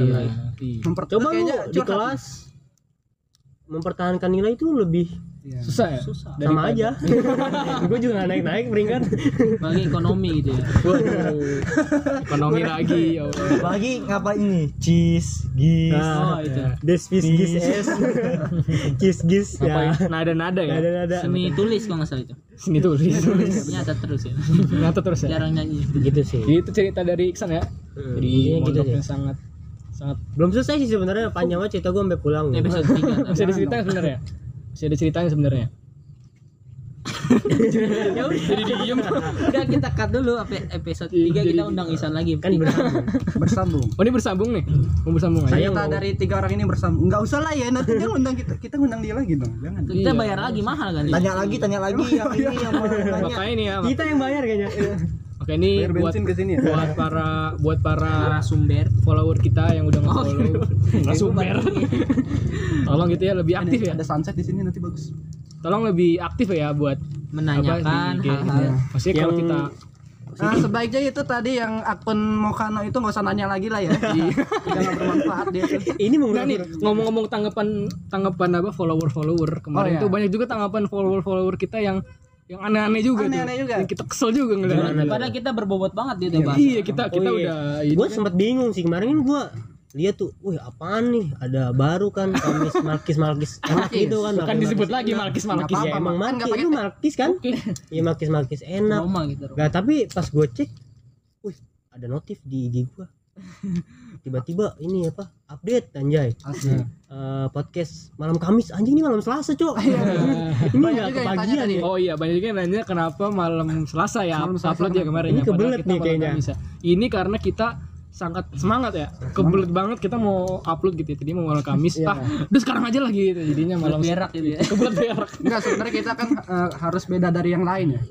A: iya.
B: Memper
C: coba lu
B: kayaknya
C: di
B: curhat.
C: kelas mempertahankan nilai itu lebih
B: Iya.
A: Susah ya?
D: Susah.
C: sama aja gue juga nggak naik naik peringkat
D: bagi ekonomi gitu ya
A: Waduh. Ekonomi lagi ya Allah. Ya.
E: Apalagi ngapain ini? Cheese, gis.
C: nah,
D: Oh, itu.
A: iya.
C: des fis gis es gis gis ya
A: Ngapain? Nada-nada ya.
C: ada ada
D: seni tulis kalau nggak salah itu
A: Sini tulis.
D: nyata terus ya
A: Nyata terus ya.
D: jarang nyanyi
C: gitu sih
A: Jadi itu cerita dari Iksan ya. Jadi
C: Iya, gitu
A: mondoknya
C: sih.
A: sangat sangat
C: belum selesai sih sebenarnya panjang banget cerita gue sampai pulang
D: episode 3
A: masih ada ceritanya sebenarnya. Masih ada ceritanya sebenarnya.
D: Ya udah. Jadi diem. Udah kita cut dulu apa- episode 3 kita undang Isan lagi.
C: kan bersambung
B: bersambung
A: Oh ini bersambung nih, mau bersambung aja.
C: Saya
B: kita
C: mau-
B: dari tiga orang ini bersambung nggak usah lah ya nanti dia undang kita kita undang dia lagi dong jangan
D: Kita
A: Iya.
D: bayar lagi mahal kan.
E: Tanya lagi, tanya
B: Iya,
E: lagi yang ini yang mau nanya.
A: Makanya ini ya, Iya.
C: kita yang bayar kayaknya
A: oke ini
B: bayar
A: buat
B: bensin ke sini ya
A: buat para buat para
D: sumber.
A: follower kita yang udah
D: Oh,
A: nge-follow
C: iya.
A: sumber. Tolong gitu ya lebih aktif ya.
B: ada sunset di sini nanti bagus
A: Tolong lebih aktif ya buat
D: Menanyakan
A: apa, di IG.
D: hal-hal.
A: maksudnya kalau
C: Yang-
A: kita
B: Nah, sebaiknya itu tadi yang akun Mokano itu nggak usah nanya lagi lah ya. Udah nggak bermanfaat dia. tuh.
C: ini
A: Nah nih
C: menggunakan
A: ngomong-ngomong tanggapan tanggapan apa follower follower kemarin
B: Oh, iya.
A: tuh banyak juga tanggapan follower follower kita yang yang aneh-aneh juga tuh.
B: Aneh-aneh juga.
A: Yang kita kesel juga ngeliat
D: Padahal kita berbobot banget gitu, dia tuh, Bang.
A: iya kita kita
C: Oh, iya.
A: udah
C: gue sempat bingung sih kemarin kan gue lihat tuh, wih apaan nih ada baru kan kamis malkis malkis enak gitu kan
A: kan
C: pakai
A: disebut lagi malkis malkis
C: malkis.
A: ya.
C: ya emang
B: Makan nggak
C: malkis
B: pakai
C: itu malkis kan iya malkis malkis enak
D: Roma gitu.
E: Iya.
D: Roma.
C: Nah tapi pas gue cek, wih ada notif di IG gue. Tiba-tiba ini apa update anjay.
B: Asli.
C: Eh, podcast malam Kamis anjing ini malam Selasa cok.
A: Iya.
B: Banyak
C: ini nggak
B: juga yang tanya
C: kepagian
B: tadi.
C: ya.
A: Oh iya banyak juga yang nanya kenapa malam Selasa ya
B: Malam Selasa
A: upload ya
B: kenapa?
A: kemarin
C: Ini
A: ya, padahal
C: kebelet
A: kita
C: nih
A: malam
C: kayaknya.
A: nggak bisa. Ini karena kita sangat semangat ya kebelet banget kita mau upload gitu ya tadi mau malam Kamis ah udah sekarang aja lagi gitu jadinya malam
D: Berak gitu ya.
A: kebelet berak
B: Enggak sebenarnya kita kan eh, harus beda dari yang lain ya.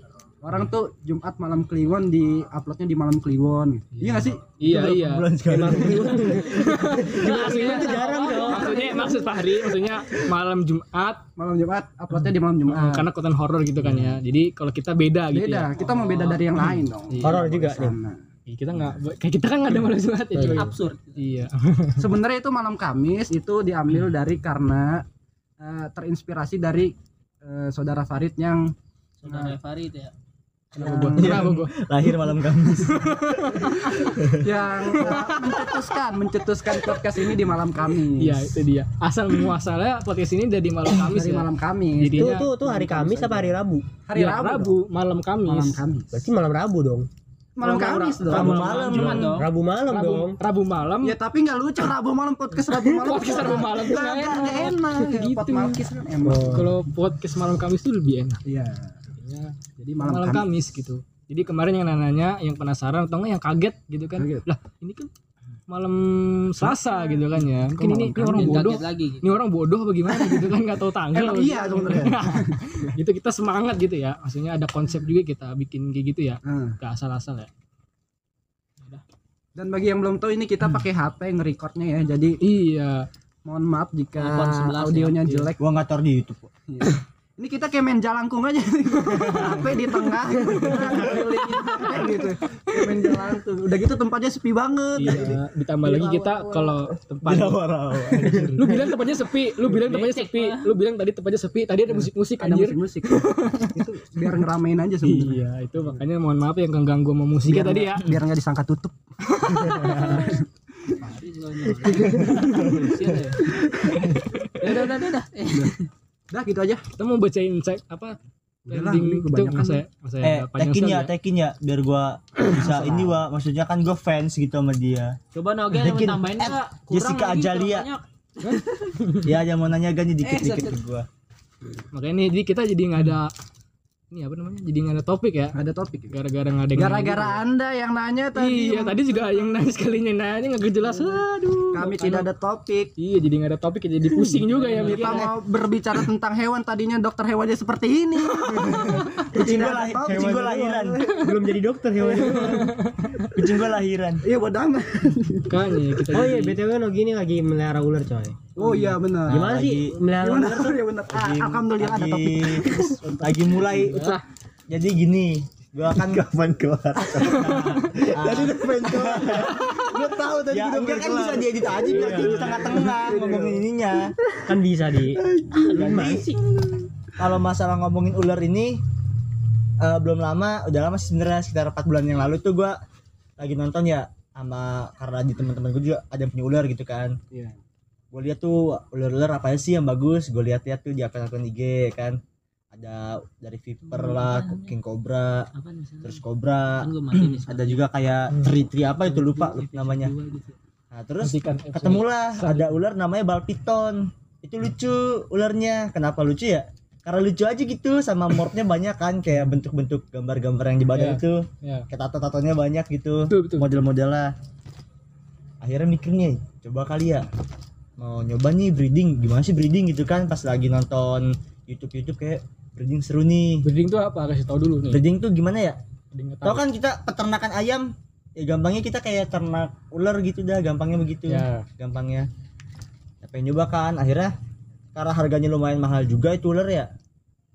B: Orang tuh Jumat malam Kliwon di uploadnya di malam Kliwon. Iya nggak sih?
A: iya iya
E: Bulan sekali.
A: maksudnya maksudnya maksud Pak Hari maksudnya malam Jumat
B: Malam Jumat uploadnya di malam Jumat.
A: karena konten horor gitu kan ya jadi kalau kita beda gitu ya
B: Nah. Beda. Kita mau beda dari yang lain dong. Nah,
C: Horor juga nih.
B: Sama.
A: Iya, kita nggak kayak kita kan nggak ada malam Jumat ya cuy.
D: Absurd.
A: iya
B: Sebenarnya itu malam Kamis itu diambil dari karena eh, terinspirasi dari eh, saudara Farid yang
D: Saudara Fahri itu ya.
A: kenapa gua kenapa gua
E: Lahir malam Kamis.
B: yang eh, mencetuskan mencetuskan podcast ini di malam Kamis.
A: iya itu dia asal muasalnya podcast ini dari malam Kamis
B: Dari
A: ya
B: malam Kamis.
A: Jadi-
C: Itu
A: Jadinya
C: tuh tuh hari Kamis apa hari Rabu?
B: hari
A: Ya,
B: Rabu.
A: Rabu malam
B: dong.
A: Kamis
B: Malam Kamis.
C: Berarti malam Rabu dong.
B: Malam Kamis dong.
E: Rabu malam.
D: Jumat dong.
C: Rabu malam
A: Rabu,
C: dong.
A: Rabu malam
B: Ya tapi nggak lucu Rabu malam podcast Rabu malam.
A: Iya, Podcast Rabu malam tuh
B: Lah,
A: nggak
B: nggak
A: enak.
B: enak.
A: Gitu.
B: Pot malkis kan emang.
A: kalau podcast malam Kamis tuh lebih enak
B: Iya.
A: ya.
B: Jadi
A: malam,
B: malam, Kamis.
A: Kamis. gitu jadi kemarin yang nanya yang penasaran atau enggak yang kaget gitu kan
B: Kaget.
A: lah ini kan malam Selasa gitu kan ya mungkin
B: Kok
A: ini,
B: malam
A: ini orang
D: Jadi
A: bodoh
D: kaget lagi gitu.
A: ini orang bodoh bagaimana gitu kan nggak tahu tanggal
B: Emang iya sebenarnya.
A: gitu kita semangat gitu ya maksudnya ada konsep juga kita bikin kayak gitu ya
B: Nah,
A: nggak asal-asal ya
B: Dan bagi yang belum tahu ini
A: Hmm.
B: kita pakai HP ngerekordnya ya. Jadi
A: iya
B: mohon maaf jika
D: iPhone 11 ya.
B: audionya jelek.
E: Gua ngator di YouTube. kok.
B: Iya. Ini kita kayak main jalangkung aja. HP di tengah. Kelilingin HP gitu. Kayak main jalangkung. Udah gitu tempatnya sepi banget.
A: iya ditambah lagi kita kalau tempat
E: Rawa-rawa.
A: lu bilang tempatnya sepi lu bilang tempatnya sepi lu bilang tadi tempatnya sepi tadi ada musik-musik
B: Ada
A: anjir
B: musik-musik. itu biar ngeramein aja sebenarnya.
A: Iya, itu makanya mohon maaf yang keganggu sama musiknya
B: Iya,
A: tadi ya.
B: Biar nggak disangka tutup.
D: Fahri juga nyolong. Sial ya. Udah udah udah, udah. Eh,
B: Udah gitu aja.
A: Kita mau bacain cek apa?
B: Udah lah,
A: trending
B: ini
A: itu
B: kebanyakan.
A: masa masa nggak
E: Eh,
A: Iya, panjang
E: tekin
A: sekali
E: ya, tekin ya biar gua bisa ini wa maksudnya kan gua fans gitu sama dia.
D: Coba Nogel
E: Bikin
D: mau tambahin
E: at
D: enggak?
E: Jessica Azalia. Ya jangan mau nanya ganti dikit-dikit
D: Eh,
E: ke gua.
A: Makanya nih jadi kita jadi nggak ada ini apa namanya? Jadi nggak ada topik ya.
B: Ada topik. ya?
A: Gara-gara nggak ada yang
B: Gara-gara Anda yang nanya
A: nanya.
B: tadi.
A: Hmm. Iya, tadi juga yang nanya sekalinya nanya nggak jelas. Aduh.
B: Kami
A: makanya-
B: tidak ada topik.
A: Iya, jadi nggak ada topik ya jadi pusing juga ya
B: Kita
A: mikirnya.
B: mau berbicara tentang hewan tadinya dokter hewannya seperti ini. Tidak
E: Kucing gua,
B: ada
E: lahir,
B: topik.
E: kucing gua lahiran.
C: Belum jadi dokter hewan.
E: ya, Kucing gua lahiran.
B: Iya bodoh amat.
A: Makanya ya, kita
C: Oh
A: jadi-
C: iya btw Nogi ini lagi melihara ular coy.
B: Oh iya benar.
C: Gimana
E: Lagi-
C: sih melihara
B: Gimana
C: ular?
B: tuh ya benar. Ah, Alhamdulillah ada topik.
E: Lagi- Lagi mulai. Jadi gini, gua kan
F: Kapan kelar? Tadi udah pengen kelar. Gue tahu tadi
E: Ah.
F: Iya,
E: ya
F: udah
E: enggak
F: pengen
E: kan
F: kelar.
E: bisa diedit aja biar di
F: iya,
E: tengah-tengah ngomongin ininya.
C: Kan bisa di.
E: Jadi kalau masalah ngomongin ular ini eh, belum lama, udah lama sih sebenarnya sekitar 4 bulan yang lalu tuh gua lagi nonton ya sama karena di teman-teman gua juga ada yang punya ular gitu kan.
A: ya,
B: Iya.
E: gue lihat tuh ular-ular apa sih yang bagus gue lihat-lihat tuh di akun-akun IG kan ada dari viper lah king cobra
D: Apa nih? San?
E: terus cobra
D: Kan gua mati nih.
E: ada juga
A: Hmm.
E: kayak tri tri apa itu lupa namanya
D: Gua gitu.
E: nah terus
A: Nantikan episode.
E: ketemulah ada ular namanya balpiton itu lucu ularnya kenapa lucu ya karena lucu aja gitu sama morpnya banyak kan kayak bentuk-bentuk gambar-gambar yang di
A: Iya.
E: badan itu
A: ya
E: kayak tato-tatonya banyak gitu
A: betul betul
E: model-modelnya akhirnya mikir nih coba kali ya mau nyoba nih breeding gimana sih breeding gitu kan pas lagi nonton YouTube YouTube kayak breeding seru nih
A: breeding tuh apa kasih tau dulu nih
E: breeding tuh gimana ya
A: breeding
E: tau kan kita peternakan ayam ya gampangnya kita kayak ternak ular gitu dah gampangnya begitu
A: ya
E: gampangnya apa yang nyoba kan akhirnya karena harganya lumayan mahal juga itu ular ya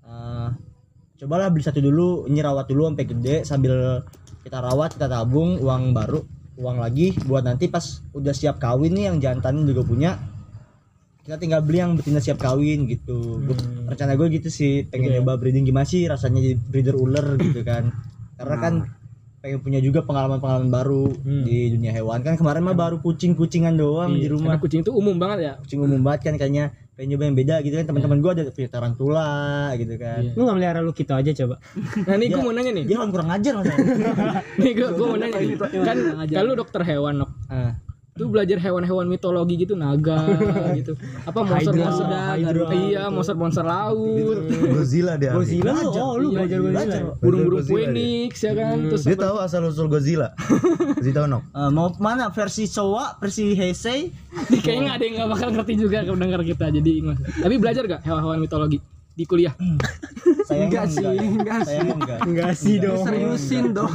E: Eh, cobalah beli satu dulu ini rawat dulu sampai gede sambil kita rawat kita tabung uang baru uang lagi buat nanti pas udah siap kawin nih yang jantan juga punya kita tinggal beli yang betina siap kawin gitu Gua-
A: Hmm.
E: rencana gue gitu sih pengen
A: Gitu ya.
E: nyoba breeding gimana sih rasanya jadi breeder ular gitu kan karena kan pengen punya juga pengalaman-pengalaman baru
A: Nah. Hmm.
E: di dunia hewan kan kemarin mah baru kucing-kucingan doang
A: Iya,
E: di rumah
A: karena kucing itu umum banget ya
E: kucing umum banget kan kayaknya pengen nyoba yang beda gitu kan teman-teman gua ada punya tarantula gitu kan
A: Iya.
C: Lu gak melihara lu kita aja coba.
A: nah nih gue
E: Ya.
A: mau nanya nih
E: dia orang kurang ajar mas
A: nih gue mau nanya nih kan
B: Nah,
A: kalau dokter hewan Nok,
E: Ah.
A: lu belajar hewan-hewan mitologi gitu naga gitu apa monster-monster
C: Hydra,
A: Garuda, iya monster-monster laut
F: Godzilla dia.
C: Godzilla lu, oh lu
A: Iya,
C: belajar
A: iya.
C: Godzilla.
A: burung-burung
F: Godzilla dia.
A: phoenix ya kan terus
F: Dia
A: apa-
F: tahu asal usul Godzilla. Dia tahu nok.
E: Eh, mau mana versi Showa versi Heisei
A: Nih, kayaknya nggak ada yang nggak bakal ngerti juga ke pendengar kita jadi ingat. tapi belajar gak hewan-hewan mitologi di kuliah
E: sayangnya
B: Enggak sih,
E: enggak,
B: enggak sih.
E: sayangnya enggak
C: Enggak sih
E: Iya
C: dong.
B: Seriusin dong.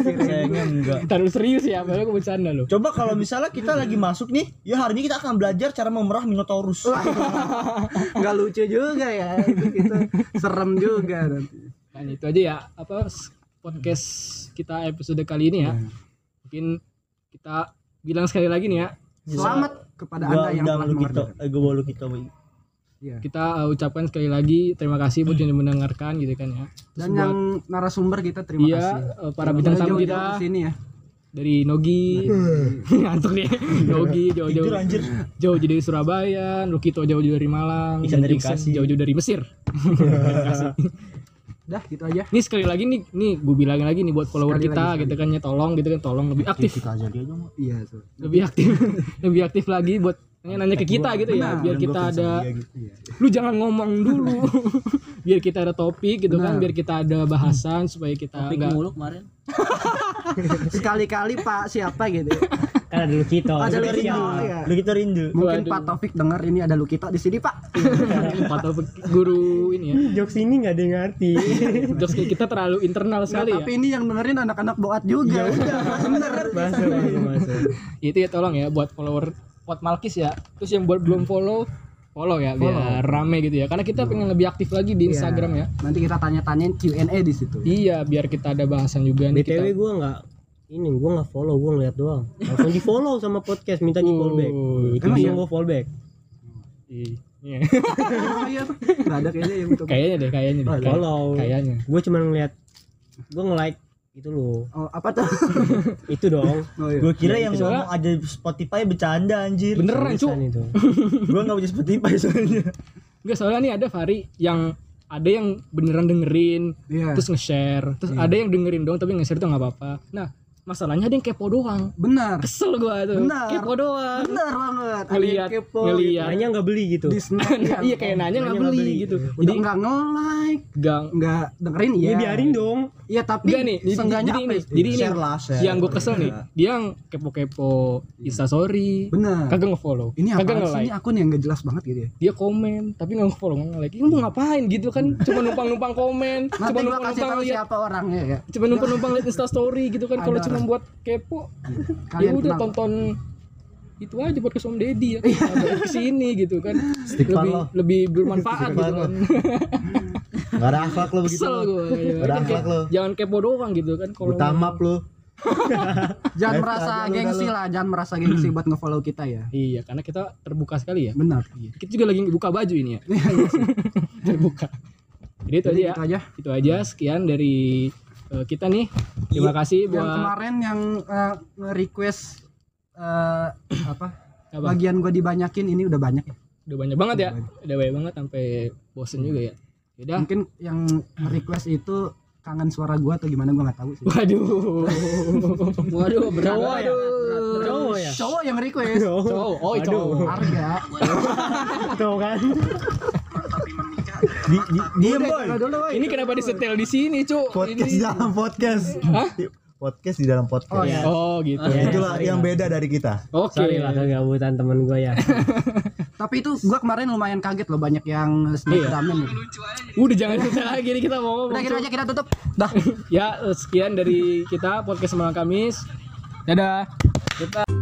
E: sayangnya enggak
A: taruh serius ya padahal gue bercanda loh
E: Coba kalau misalnya kita lagi masuk nih, ya hari ini kita akan belajar cara memerah Minotaurus.
B: Enggak lucu juga ya. Itu, itu serem juga nanti.
A: Nah itu aja ya apa s- podcast kita episode kali ini ya. Mungkin kita bilang sekali lagi nih ya.
B: Selamat kepada
E: Iya. Gua
B: Anda yang
E: undang
B: telah
E: lu kita,
B: mengerti.
E: eh, gua bawa lu kita. Boy.
B: Iya.
A: Kita uh, ucapkan sekali lagi terima kasih buat yang mendengarkan gitu kan ya. Terus
B: Dan
A: buat-
B: yang narasumber kita terima
A: iya
B: kasih.
A: uh, para bintang tamu
B: Jauh-jauh
A: kita
B: ke sini ya.
A: dari Nogi ngantuk nih Nogi
E: Eh. Tidur
A: jauh-jauh
E: Gitu, anjir.
A: jauh-jauh dari Surabaya, Lukito jauh-jauh dari Malang, dan
E: Iksan dari
A: Iksan
E: Bekasi.
A: jauh-jauh dari Mesir.
B: Dah gitu aja.
A: Nih sekali lagi nih nih gue bilangin lagi nih buat follower
B: Sekali
A: kita
B: lagi,
A: gitu kan ya tolong gitu kan tolong lebih aktif
B: Iya tuh.
A: lebih aktif lebih aktif lagi buat nanya, nanya ke kita gitu ya
B: Benar,
A: biar
E: Dan
A: kita
E: gua fans
A: ada
E: sama dia gitu.
A: lu jangan ngomong dulu biar kita ada topik gitu kan
B: Benar.
A: biar kita ada bahasan supaya kita
D: Topik
A: enggak
D: mulu kemarin.
B: Sekali-kali Pak siapa gitu. ya.
C: Kan ada lu kita.
B: Ada lu kita. Iya.
E: Lu kita rindu.
B: Mungkin
A: Waduh.
B: Pak Taufik dengar ini ada Lukito di sini Pak.
A: atau guru ini ya
C: Jokes ini gak ada yang ngerti.
A: jokes kita terlalu internal sekali ya
B: Nggak, Nah, tapi ini yang dengerin anak-anak boat juga. Bener.
C: Bahasa
E: Iya.
C: bahasa bahasa.
A: itu ya tolong ya buat follower buat Malkis ya terus yang buat belum follow follow ya biar rame gitu ya karena kita pengen lebih aktif lagi di Instagram ya
B: Nanti kita tanya-tanyain Q&A di situ.
A: iya biar kita ada bahasan juga nih
C: BTW gua enggak ini gua enggak follow, gua ngeliat doang. Langsung di follow sama podcast minta di follow
E: Oh.
C: back.
A: kita
C: Langsung gua follow back.
A: Iya.
B: Oh iya, tuh. nggak ada kayaknya yang untuk
A: kayaknya deh kayaknya
E: Oh,
A: deh
C: Ah,
A: Kay-
C: follow.
A: kayaknya
C: Gua cuma ngeliat gua nge-like itu loh.
B: Oh, apa tuh?
C: Itu dong.
B: Oh iya.
E: Gue kira yang
A: Soalnya-
E: ngomong ada Spotify bercanda anjir.
A: beneran cu
C: Seriusan itu.
E: Gue gak punya Spotify soalnya.
A: Enggak soalnya nih ada Fari yang ada yang beneran dengerin
B: Iya.
A: terus nge-share terus ada yang dengerin doang tapi nge-share tuh nggak apa-apa nah masalahnya ada yang kepo doang
B: Benar.
A: kesel gua tuh
B: Benar.
A: kepo doang
B: Benar banget. Ada yang
A: ngeliat
B: kepo.
E: Ya.
A: ngeliat
C: Nanya nggak beli gitu.
B: Di snap.
A: Nah, iya kayak nanya nggak beli gitu
B: Udah
A: jadi
B: nggak nge-like,
A: gang
B: nggak dengerin ya.
C: Ya biarin dong.
B: Iya, tapi
A: Enggak nih, jadi-
B: seenggaknya
A: jadi
B: apa
A: ini-
B: ya?
A: jadi ini
E: Share lah, share.
A: yang gue kesel nih, dia yang kepo-kepo instastory,
B: Iya. Benar.
A: kagak nge-follow,
B: Ini apa
A: kagak
B: sih? Ini
A: nge-like, Ah,
B: akun yang nggak jelas banget gitu ya.
A: dia komen tapi nggak nge-follow, nggak nge-like, ini mau ngapain gitu kan? Cuma numpang-numpang komen,
B: Iya.
A: cuma
B: Nanti gua kasih
A: numpang-numpang
B: tahu
A: lihat
B: siapa orangnya ya.
A: cuma numpang-numpang liat instastory gitu kan kalau
B: Ada
A: cuma
B: orang. Iya.
A: buat kepo ya
B: Kalian
A: udah
B: kenapa? Iya.
A: tonton itu aja buat kesom deddy ya Ada ke sini gitu kan
F: Stick
A: lebih
F: pan lo.
A: lebih bermanfaat gitu kan
F: Gak ada akhlak lu begitu.
A: kesel gue
F: Udah akhlak lu.
A: jangan kepo doang gitu kan kalau
F: Utamap lu.
B: Jangan
F: Live
B: merasa
F: aja lu,
B: gengsi
F: dah
B: lah, jangan merasa gengsi buat nge-follow kita ya.
A: iya karena kita terbuka sekali ya
B: Benar. Iya.
A: kita juga lagi buka baju ini ya terbuka jadi itu
B: Jadi
A: aja ya
B: gitu aja.
A: itu aja sekian dari eh, kita nih terima kasih
B: Yang
A: buat
B: kemarin yang eh, nge-request eh, apa?
A: Apa?
B: Bagian gua dibanyakin ini udah banyak ya.
A: udah banyak banget ya udah banyak banget sampai bosen juga ya udah
B: mungkin yang request itu kangen suara gua atau gimana gua nggak tahu sih
A: Waduh. Waduh, berat.
C: Cowok ya?
A: Waduh.
C: Cowok ya?
B: cowok yang request
A: Cowok, oh
C: Aduh.
A: cowok.
B: harga
C: Tuh kan.
B: tapi menikah
E: Di- di- diem boy
A: Ini kenapa disetel di sini, Cuk?
E: podcast di
A: Ini-
E: dalam podcast
A: Hah?
E: podcast di dalam podcast
F: Oh, iya.
A: Oh, gitu.
E: itulah yang beda dari kita
A: Oke.
H: Sorry lah kegabutan temen gue ya.
B: Tapi itu gua kemarin lumayan kaget loh banyak yang snapgramin.
A: Udah jangan setel lagi nih kita mau
B: Udah
A: ngomong.
B: gitu aja kita tutup. Dah.
A: ya sekian dari kita podcast malam Kamis. Dadah. Kita